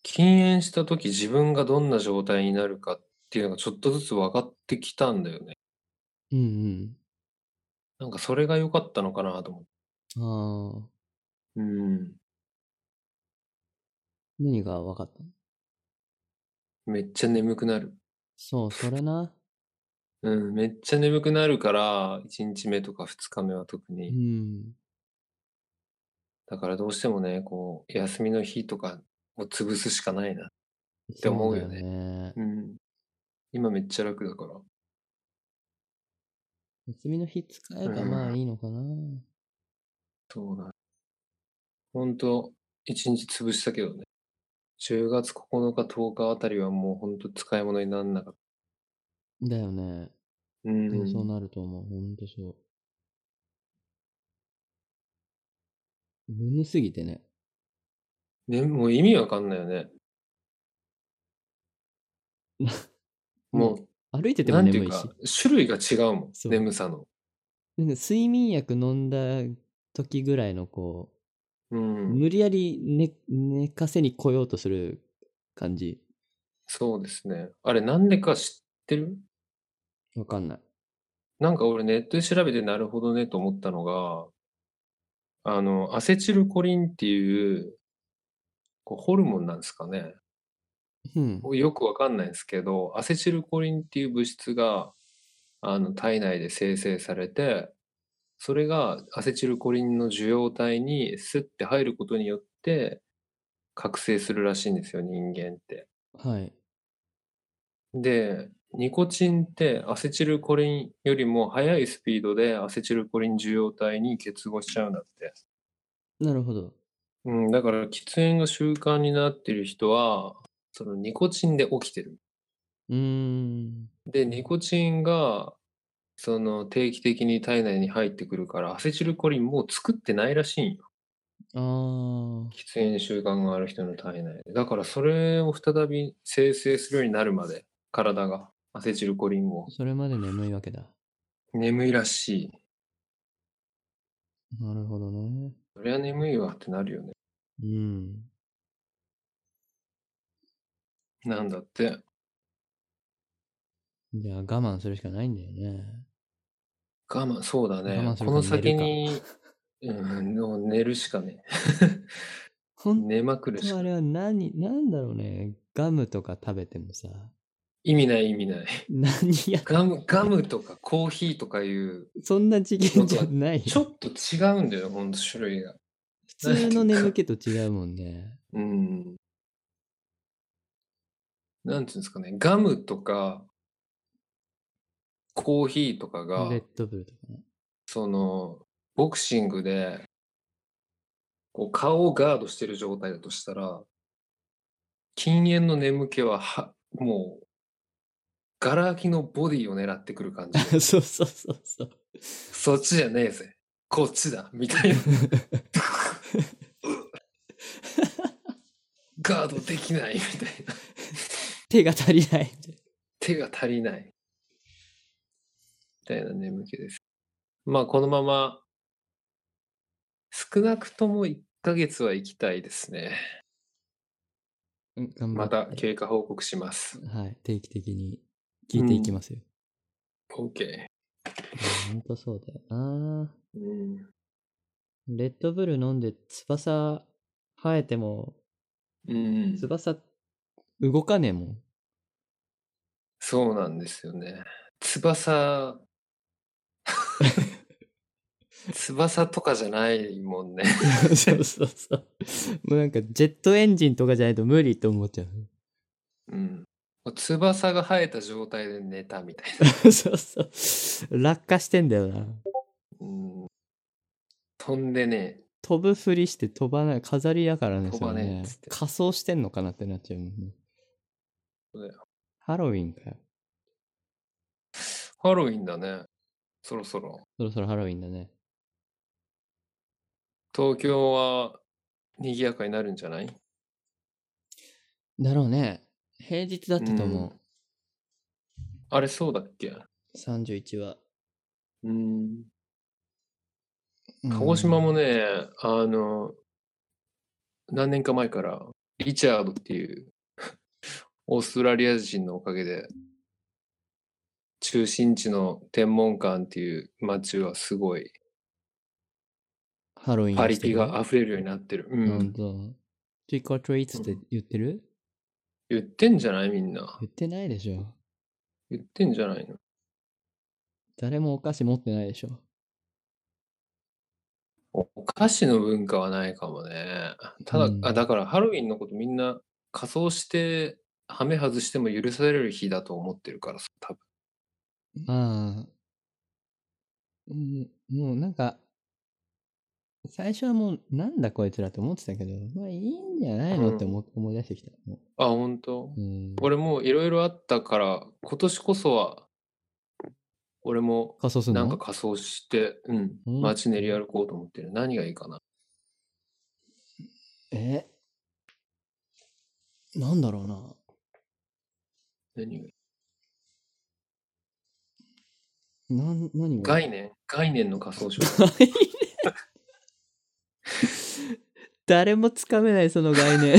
禁煙した時自分がどんな状態になるかっていうのがちょっとずつ分かってきたんだよね。うんなんかそれが良かったのかなと思って。うん。ああ。うん。何が分かったのめっちゃ眠くなる。そう、それな。うん、めっちゃ眠くなるから、1日目とか2日目は特うに。ん。だからどうしてもね、こう、休みの日とかを潰すしかないな。そう思うだよねねう。ん。今めっちゃ楽だから。休みの日使えばまあいいのかな。そうだ。ほんと、1日潰したけどね。10月9日、10日あたりはもうほんと使い物になんなかっだよね。た。うでもん。そうなると思う。ほんとそう。眠すぎてね。ね、もう意味わかんないよ ね。も歩いてう、てなもんてい眠ういしか。、種類が違うもん。そう眠さの。なんか睡眠薬飲んだ時ぐらいのこうう、ん。無理やり寝寝かせに来ようとする感じ。そうですね。あれ、なんでか知ってるわかんない。なんか俺ネットで調べてなるほどねと思ったのが、あの、アセチルコリンっていう、こうホルモンなんですかね。うん。よくわかんないんですけど、アセチルコリンっていう物質が、あの、体内で生成されて、それがアセチルコリンの受容体にスッて入ることによって、覚醒するらしいんですよ、人間って。はい。で、ニコチンってアセチルコリンよりも速いスピードでアセチルコリン受容体に結合しちゃうんだって。なるほど。うん、だから喫煙が習慣になってる人は、そのニコチンで起きてる。うーん。で、ニコチンが、その定期的に体内に入ってくるから、アセチルコリンもう作ってないらしいんよ。あー。喫煙習慣がある人の体内で。だからそれを再び生成するようになるまで、体が、アセチルコリンを。それまで眠いわけだ。眠いらしい。なるほどね。そりゃ眠いわってなるよね。うん。なんだって。じゃあ我慢するしかないんだよね。我慢、そうだね我慢。すこるかの先寝に、うん、もう寝るしかね。本寝まくるし当かあ。れは何、なんだろうね。ガムとか食べてもさ、意味ない意味ない。何や、ガム、ガムとかコーヒーとかいう、そんな次元じゃないよ。ちょっと違うんだよ、ほんと種類が。普通の眠気と違うもんね。うん。なんていうんですかね、ガムとか、コーヒーとかがレ、ッドブルとか ね。その、ボクシングで、こう、顔をガードしてる状態だとしたら、禁煙の眠気は、は、もう、ガラ空きのボディを狙ってくる感じ。そうそうそうそう。そっちじゃねえぜ。こっちだ。みたいな。ガードできない。みたいな。手が足りない。手が足りない。みたいな眠気です。まあ、このまま、少なくとも1ヶ月は行きたいですね。うん頑張まってた経過報告します。はい。定期的に聞いていきますよ。 OK。うん、ほんとそうだよな。うん。レッドブル飲んで翼生えても、うん。翼動かねえもん。そうなんですよね。翼、翼とかじゃないもんね。そうそうそう。もうなんかジェットエンジンとかじゃないと無理と思っちゃう。うん。翼が生えた状態で寝たみたい な。そうそう。落下してんだよな。うん、飛んでね飛ぶふりして飛ばない。飾りだからね。飛ばねえそれっつって仮装してんのかなってなっちゃうもんね。そうだよハロウィンかよ。ハロウィンだね。そろそろ。そろそろハロウィンだね。東京は賑やかになるんじゃないだろうね。平日だったと思う。あれそうだっけ31は。うん。うん鹿児島もね、あの、何年か前から、リチャードっていうオーストラリア人のおかげで、中心地の天文館っていう街はすごいハロウィンパリピがあ溢れるようになってる。うる。本ん。当。トリコアトリーツって言ってる、言ってんじゃないみんな。言ってないでしょ。言ってんじゃないの誰もお菓子持ってないでしょ。おお菓子の文化はないかもね。ただ、うんあだからハロウィンのことみんな仮装して、ハメ外しても許される日だと思ってるからさ、多分。まあ、うん、もうなんか、最初はもうなんだこいつらって思ってたけど、まあいいんじゃないのって思,、思い出してきた。もあ、本当ううん、俺もいろいろあったから、今年こそは、俺も仮装するなのんか仮装して、うん、うん街練り歩こうと思ってる。何がいいかな。えなんだろうな。何がいいなん、何が概念概念の仮装しよ う。概念 誰もつかめないその概 念。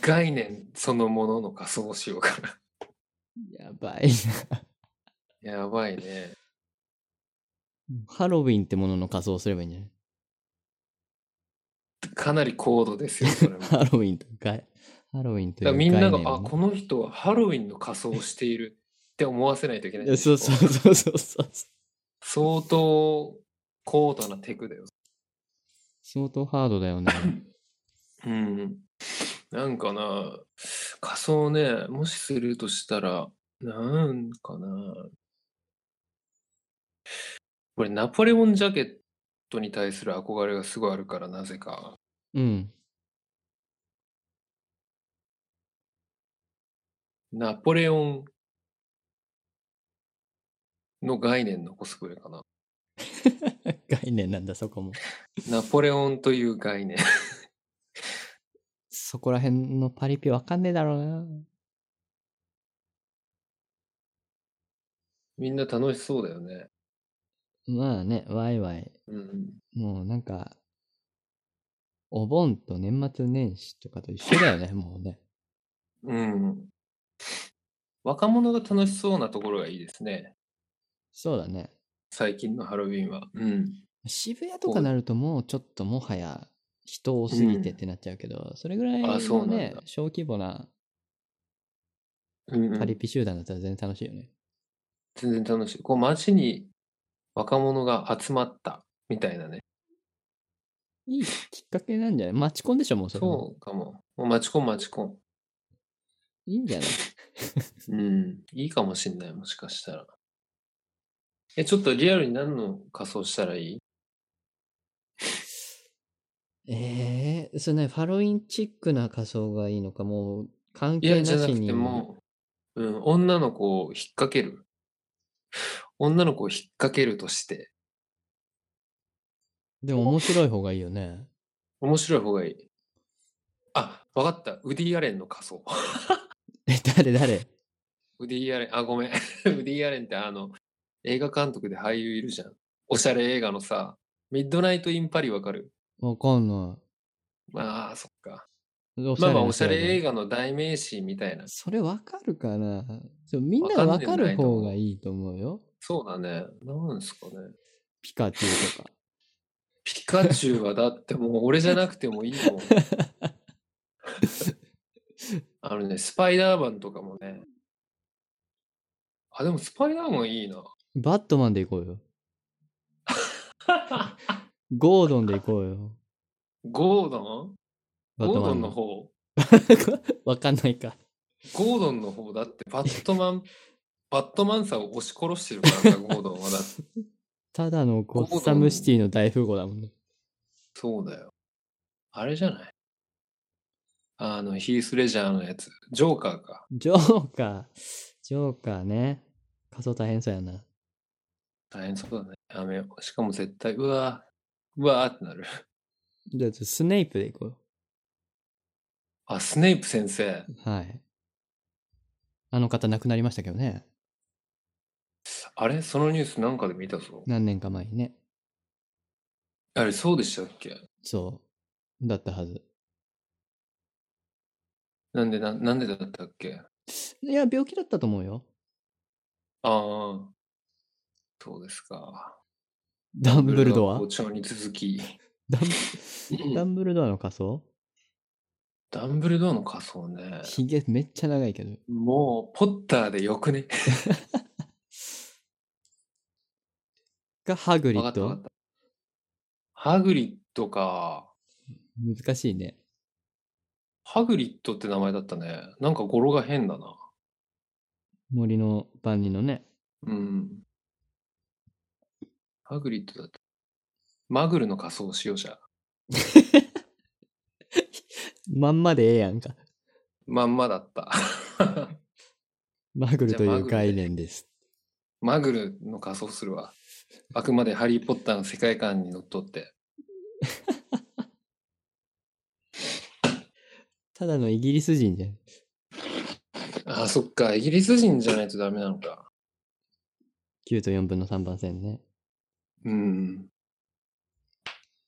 概念そのものの仮装をしようかな。やばい な。やばいね。ハロウィンってものの仮装すればいいんじゃない かなり高度ですよ、それも。ハロウィンとか、ハロウィンとだいう概からみん念なをが、ねあ、この人はハロウィンの仮装をしているって思わせないといけないいんでやすそうよ。そうそうそうそう。相当高度なテクだよ。相当ハードだよね。 うん。なんかな、仮装ね、もしするとしたら、なんかな。これ、ナポレオンジャケットに対する憧れがすごいあるから、なぜか。うん。ナポレオンの概念のコスプレかな。概念なんだ、そこも。ナポレオンという概念。そこら辺のパリピわかんねえだろうな。みんな楽しそうだよね。まあね、ワイワイ。うん。もうなんか、お盆と年末年始とかと一緒だよ ね、もうね。うん。若者が楽しそうなところがいいですね。そうだね。最近のハロウィンは。うん。渋谷とかなるともうちょっともはや人多すぎてってなっちゃうけど、それぐらいあそのうなんねだ、小規模なうんうんパリピ集団だったら全然楽しいよね。全然楽しい。こう街に若者が集まったみたいなね。いいきっかけなんじゃない待ち込んでしょ、もうそれも。そうかも。もう街コン街コン。いいんじゃないうん。いいかもしんない、もしかしたら。え、ちょっとリアルに何の仮装したらいいええそれね、ハロウィンチックな仮装がいいのか、もう関い係や、なじゃなしくにて。もう、うん、女の子を引っ掛ける。女の子を引っ掛けるとして、でも面白い方がいいよね。 面白い方がいい。あ、わかった。ウディ・アレンの仮装。 え、誰誰ウディ・アレン、あ、ごめん。ウ ディ・アレンってあの、映画監督で俳優いるじゃん。おしゃれ映画のさ、ミッドナイト・イン・パリわかるわかんなまあ、そっか。い。おまあまあ、おしゃれ映画。画の代名詞みたいな。それわかるかなちょみんなわかる方がいいと思うよ。そうだね。なんですかね。ピカチュウとか。ピカチュウはだってもう俺じゃなくてもいい もん。あのね、スパイダーマンとかもね。あ、でもスパイダーマンいいな。バットマンで行こ うよ。ゴードンで行こうよ。ゴードンバゴットードマンンの。方。 わかんないか。ゴードンの方だってバットマ ン、バットマンさを押し殺してるからさ、ゴードンはだ って。ただのゴッサムシティの大富豪だもんね。そうだよ。あれじゃないあの、ヒース・レジャーのやつ。ジョーカーか。ジョーカー。ジョーカーね。仮想大変そうやな。大変そうだね。やめよう。しかも絶対、うわー、うわーってなる。じゃあ、スネイプで行こうあ、スネイプ先生。よ。はい。あの方亡くなりましたけどね。あれそのニュースなんかで見たぞ。何年か前にね。あれ、そうでしたっけそう。だったはず。なんでな、なんでだったっけいや、病気だったと思うよ。ああ、そうですか。ダンブルドダア校長に続き、ダンうんダンブルドアの仮装ダンブルドアの仮装ね。ひげめっちゃ長いけど。もう、ポッターでよくね。が、ハグリわかッったわかっドた。ハグリッドか。難しいね。ハグリッドって名前だったね。なんか語呂が変だな。森の番人のね。うん。ハグリッドだった。マグルの仮装しようじゃあ。まんまでええやんか。まんまだった。 マグルといじゃあマうグルで概念です。マグルの仮装するわ。あくまでハリー・ポッターの世界観にのっとって。ただのイギリス人じゃん。あそっか。イギリス人じゃないとダメなのか。 9と4分の3番線ね。うん。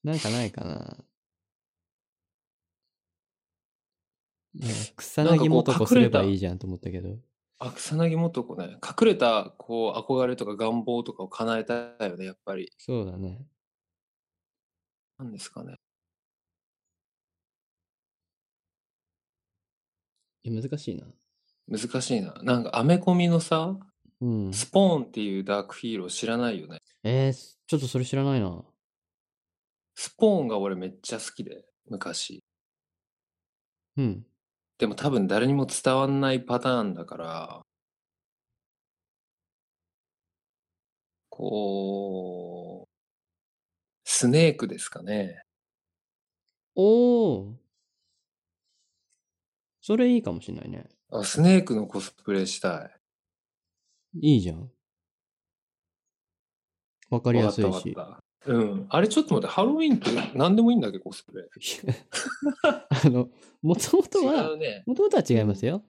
なんかないかな。い や草なんかこ薙うもとこす隠れれたばいいじゃんと思ったけど。あ、草薙もとこね。隠れた、こう、憧れとか願望とかを叶えたいよね、やっぱり。そうだね。なんですかね。いや難しいな。難しいな。なんか、アメコミのさ、うん。スポーンっていうダークヒーロー知らないよね。えー、ちょっとそれ知らないな。スポーンが俺めっちゃ好きで、昔。うん。でも多分誰にも伝わんないパターンだから、こう、スネークですかね。おー。それいいかもしんないね。あ、スネークのコスプレしたいいじゃん。わかい。りやわかっすたいわかっし。た。うん。あれちょっと待って、ハロウィンって何でもいいんだっけ、コスプレ。 あの、もともとは違、うね。もともとは違いますよ。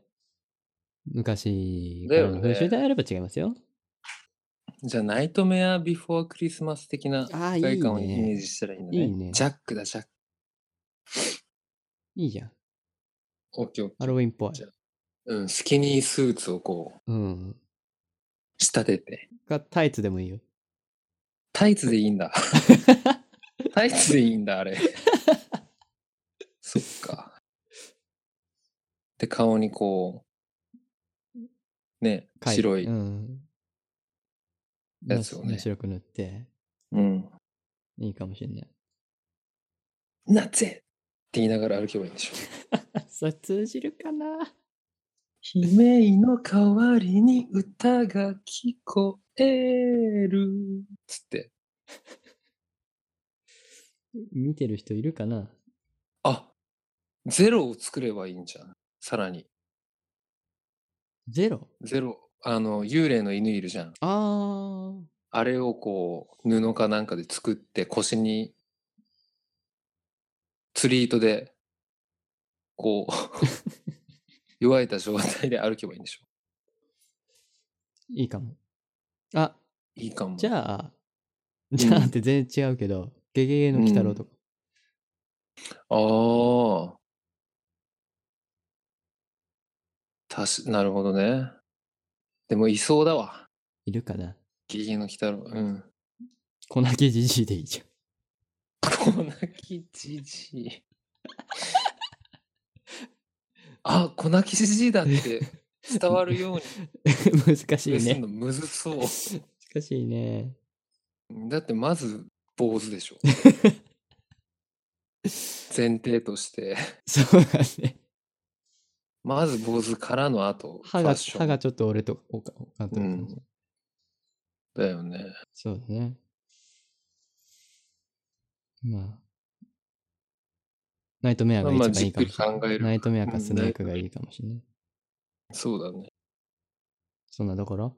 昔からの風習であれば違いますよ。じゃあ、ナイトメアビフォークリスマス的なああ、い世界い観をイメーね。ジしたらいいんだね。いいねジャックだ、ジャック。いいじゃん。オッケーオッケーハロウィンっぽい。じゃうん、スキニースーツをこう、うん。仕立てて。か、タイツでもいいよ。タイツでいいんだ。 タイツでいいんだ、あれ。そっか。で、顔にこう、ね、か白い。うん。やつをねま白く塗って、うん。いいかもしれない。 なぜって言いながら歩けばいいんでしょそれ通じるかな悲鳴の代わりに歌が聞こえる。つって。見てる人いるかなあ、ゼロを作ればいいんじゃん。さらに。ゼロゼロ。あの、幽霊の犬いるじゃん。あー。あれをこう、布かなんかで作って腰に、釣り糸で、こう、 弱えた状態で歩けばいいんでしょ。いいかも。あ、いいかも。じゃあ、じゃあって全然違うけど、ゲゲゲの鬼太郎とか。ああ。たし、なるほどね。でもいそうだわ。いるかなギリギリの鬼太郎。うん。粉木じじいでいいじゃん。粉木じじい。 あ、粉木じじいだって伝わるように 難しいするねの。むず そう。難しいね。だってまず坊主で しょ。前提として。そうだね。まず坊主からの後、フ歯ァが、ッション歯がちょっと俺とおか、おかんとの感じうだよね。そうだね。まあ。ナイトメアが一まあ番まあいいかもしれじっくり考なえい。るナイトメアかスネークがいいかもしれない。そうだね。そんなところ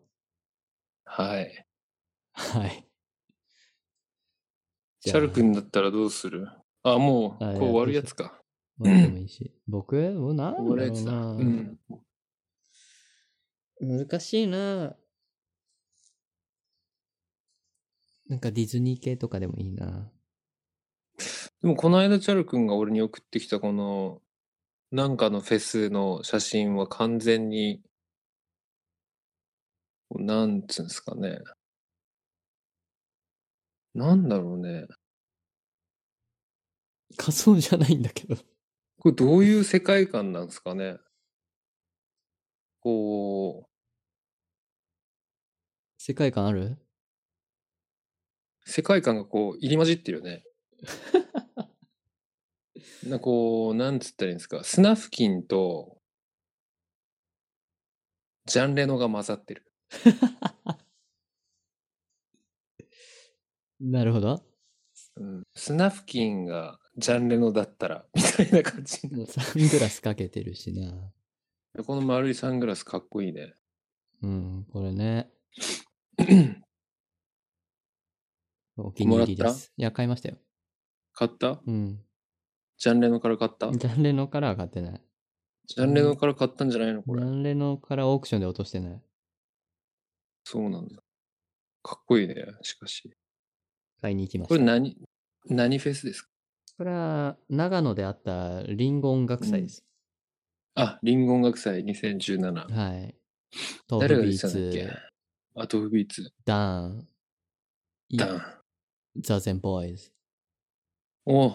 はい。はい。シャル君だったらどうするあ、もう、あいやこう終わるやつか。終わってもいいし。僕もうなんだ終わるやろうつだ。なう、ん。難しいななんかディズニー系とかでもいいなでも、この間、チャル君が俺に送ってきたこの、なんかのフェスの写真は完全に、なんつうんですかね。なんだろうね。仮想じゃないんだけど。これどういう世界観なんですかね。こう、世界観ある世界観がこう入り混じってるよね。なんかこうなんつったらいいんですかスナフキンとジャンレノが混ざってる。なるほど。うん、スナフキンがジャンレノだったら みたいな感じ。サングラスかけてるしなこの丸いサングラスかっこいいね。 うん、これね。お気にもら入っりたです。いや、買いましたよ。買ったうん。ジャンレノから買ったジジャンレノからは買ってない。ャンレノから買ったんじゃないのジこれャ。ンレノからオークションで落としてない。そうなんだ。かっこいいね。しかし。買いに行きましこた。れ何、何フェスですかこれは、長野であったリンゴ音楽祭です。あ、リンゴ音楽祭2017。はい。トー誰フがビ出てーたんだっけツ、アトフビーツ。ダーン、イダン。ザーゼンボーイズ。おう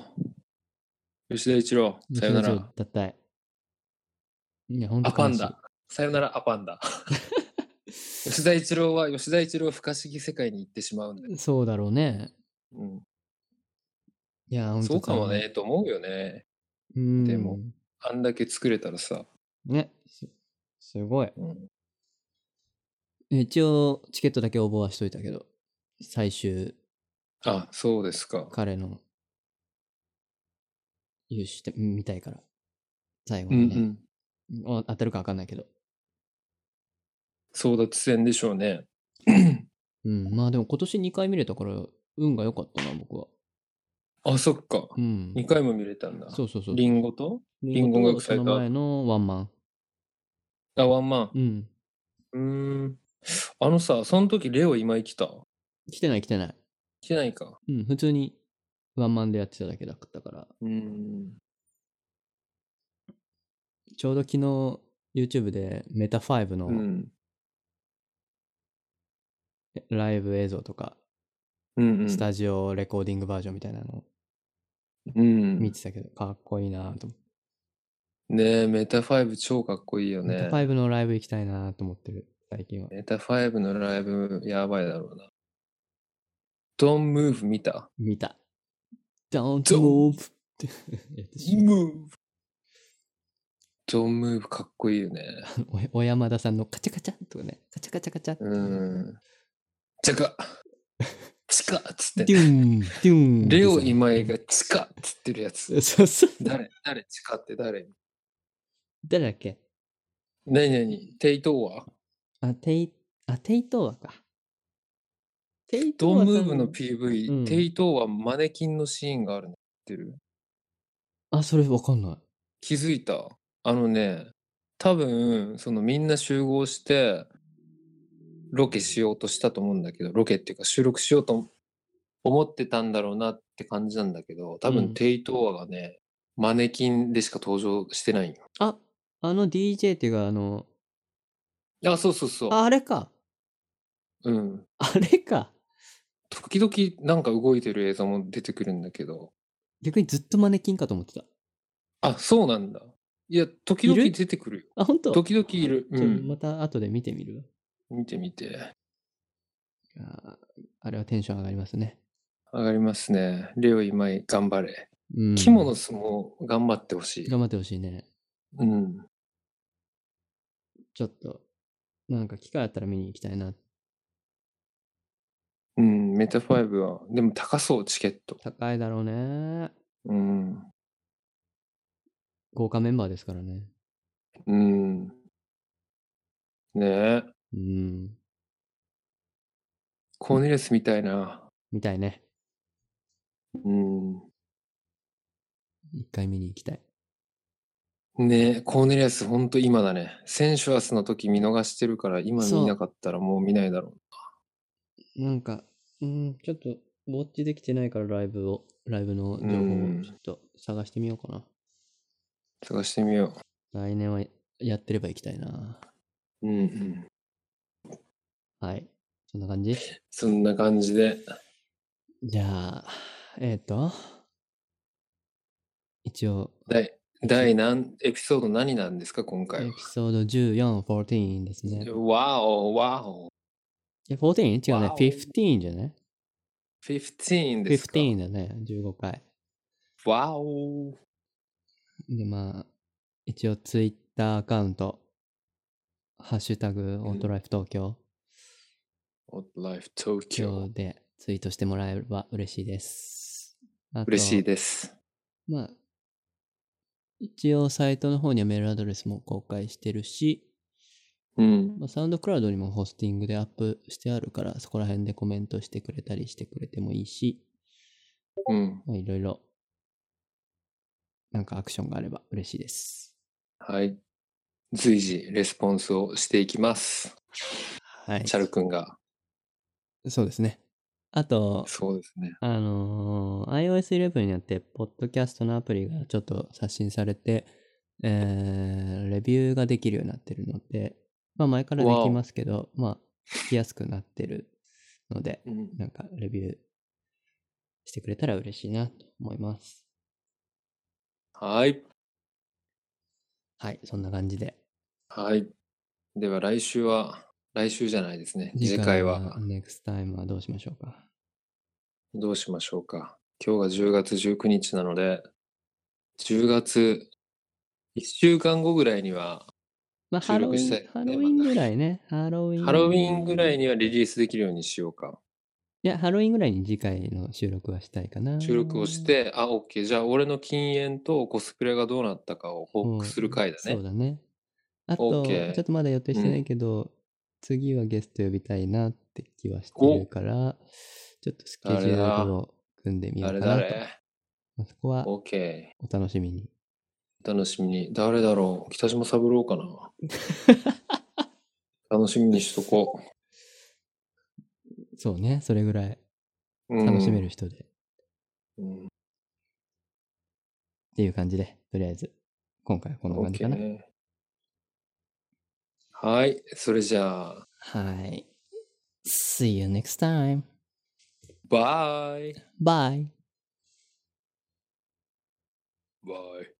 吉田一郎、さよなら。。脱退。いや、ほんとアパン悲しいダ。さよなら、アパン ダ。吉田一郎は、吉田一郎不可思議世界に行ってしまうんだよ。そうだろうね。ういや、ほんん、とそうかもね、。と思うよね。うん。でも。あんだけ作れたらさ。ね。すすごい。うん、一応チケットだけ応募はしといたけど最終あ、そうですか。彼の優勝して見たいから最後うんうにね、ん。お当たるか分かんないけど争奪戦でしょうね。 うんまあでも今年2回見れたから運が良かったな僕はあ、そっか。うん2回も見れたんだ。そうそうそうリンゴとリリンゴ音と楽そ祭のか前のワンマンあ、ワンマン。うんうーん。あのさ、その時、レオ今来た来てない来てない来てないか。うん普通にワンマンでやってただけだったからうん。ちょうど昨日 YouTube でメタ5うのん。ライブ映像とか、うん、うん。スタジオレコーディングバージョンみたいなのをうん。見てたけど、かっこいいなと思ってねえ、メタ5超かっこいいよメねタ。5のライブ行きたいなと思ってる、最近は。メタ5のライブやばいだろうな。ドンムーブ見た見た。ダウンゾ トープってやってしまう。ムーブジョン・ムーブかっこいいよね。お 小山田さんのカチャカチャとかね、カチャカチャカチャっていうう。ん。チャカチカっつっデて。ュ ン、デュン。レオ今井がチカっつってるやつ。そうそう。誰誰チカって誰誰だっけ何々テイトーはあ、テイ、あ、テイトーアか。テイドアンさんムーブのうん PV、テイトーはマネキンのシーンがあるの知ってるあ、それわかんない。気づいたあのね、多分、そのみんな集合して、ロケしようとしたと思うんだけど、ロケっていうか収録しようと思ってたんだろうなって感じなんだけど、多うん分テイトーアがね、マネキンでしか登場してないんよ。あ、あの DJ っていうか、あの、あ、そうそうそう。ああれか。うん。あれか。時々なんか動いてる映像も出てくるんだけど、逆にずっとマネキンかと思ってた。あ、そうなんだ。いや、時い々る出てくるよ。あ、本当。時々いる。うちょんま。た後で見てみるわ。見てみて。あーあれはテンション上がりますね。上がりますね。レオ今井頑張れ。うん。キモの相撲頑張ってほしい。頑張ってほしいね。うん。ちょっと、なんか機会あったら見に行きたいな。うん、メタファイブは、でも高そう、チケット。高いだろうね。うん。豪華メンバーですからね。うん。ねえ、うん。コーネリアスみたいな。見たいね。うん。一回見に行きたい。ねえ、コーネリアスほんと今だね。センシュアスの時見逃してるから、今そう見なかったらもう見ないだろなんか、うん、ちょっと、ウォッチできてないからライブを、ライブの情報うをんちょっと探してみようかな。う。探してみよ来年はやってれば行きたいな。う。うんうん。はい。そんな感じそんな感じで。じゃあ、えっ、と、一応、第、第何、エピソード何なんですか、今回エはピ。ソード14、14ですね。わお、わお。え、14? 違うね。 Wow 15じゃない15ですか。 ?15 だね。15回。わお。で、まあ、一応ツイッターアカウント、ハッシュタグ、オートライフ東京、オットライフ東今京日。でツイートしてもらえれば嬉しいです。あと嬉しいです。まあ、一応サイトの方にはメールアドレスも公開してるし、うん。まあ、サウンドクラウドにもホスティングでアップしてあるから、そこら辺でコメントしてくれたりしてくれてもいいし、うん。まあ、いろいろ、なんかアクションがあれば嬉しいです。はい。随時レスポンスをしていきます。はい。チャル君が。そうですね。あと、そうですね。あのー iOS11 になって、ポッドキャストのアプリがちょっと刷新されて、えーレビューができるようになってるので、まあ前からできますけど、まあ、聞きやすくなってるので、うん。なんかレビューしてくれたら嬉しいなと思います。はい。はい、そんな感じで。はい。では来週は、来週じゃないですね。次回はネクスタイムはどうしましょうか。どうしましょうか。今日が10月19日なので、10月1週間後ぐらいには、まあ、ハ収ロウ録ィしたンハい、ロウィンぐらいね。ハロウィン。ハロウィンぐらいにはリリースできるようにしようか。いや、ハロウィンぐらいに次回の収録はしたいかな。収録をし、て、あ、OK。じゃあ俺の禁煙とコスプレがどうなったかを報告する回だね。そうだね。あと、 OK ちょっとまだ予定してないけど、次はゲスト呼びたいなって気はしてるから、ちょっとスケジュール誰だを組んでみようか誰なと。誰まあそこはお ?OK。楽しみに。楽しみに。誰だろう北島三郎 かな楽しみにしとこ。そうね、それぐらいううん楽しめる。人で、っうんていう感じで、とりあえず、今回はこんな感じかな。 OK はい。それじゃあ、はい。See you next time. バイ Bye. バイ。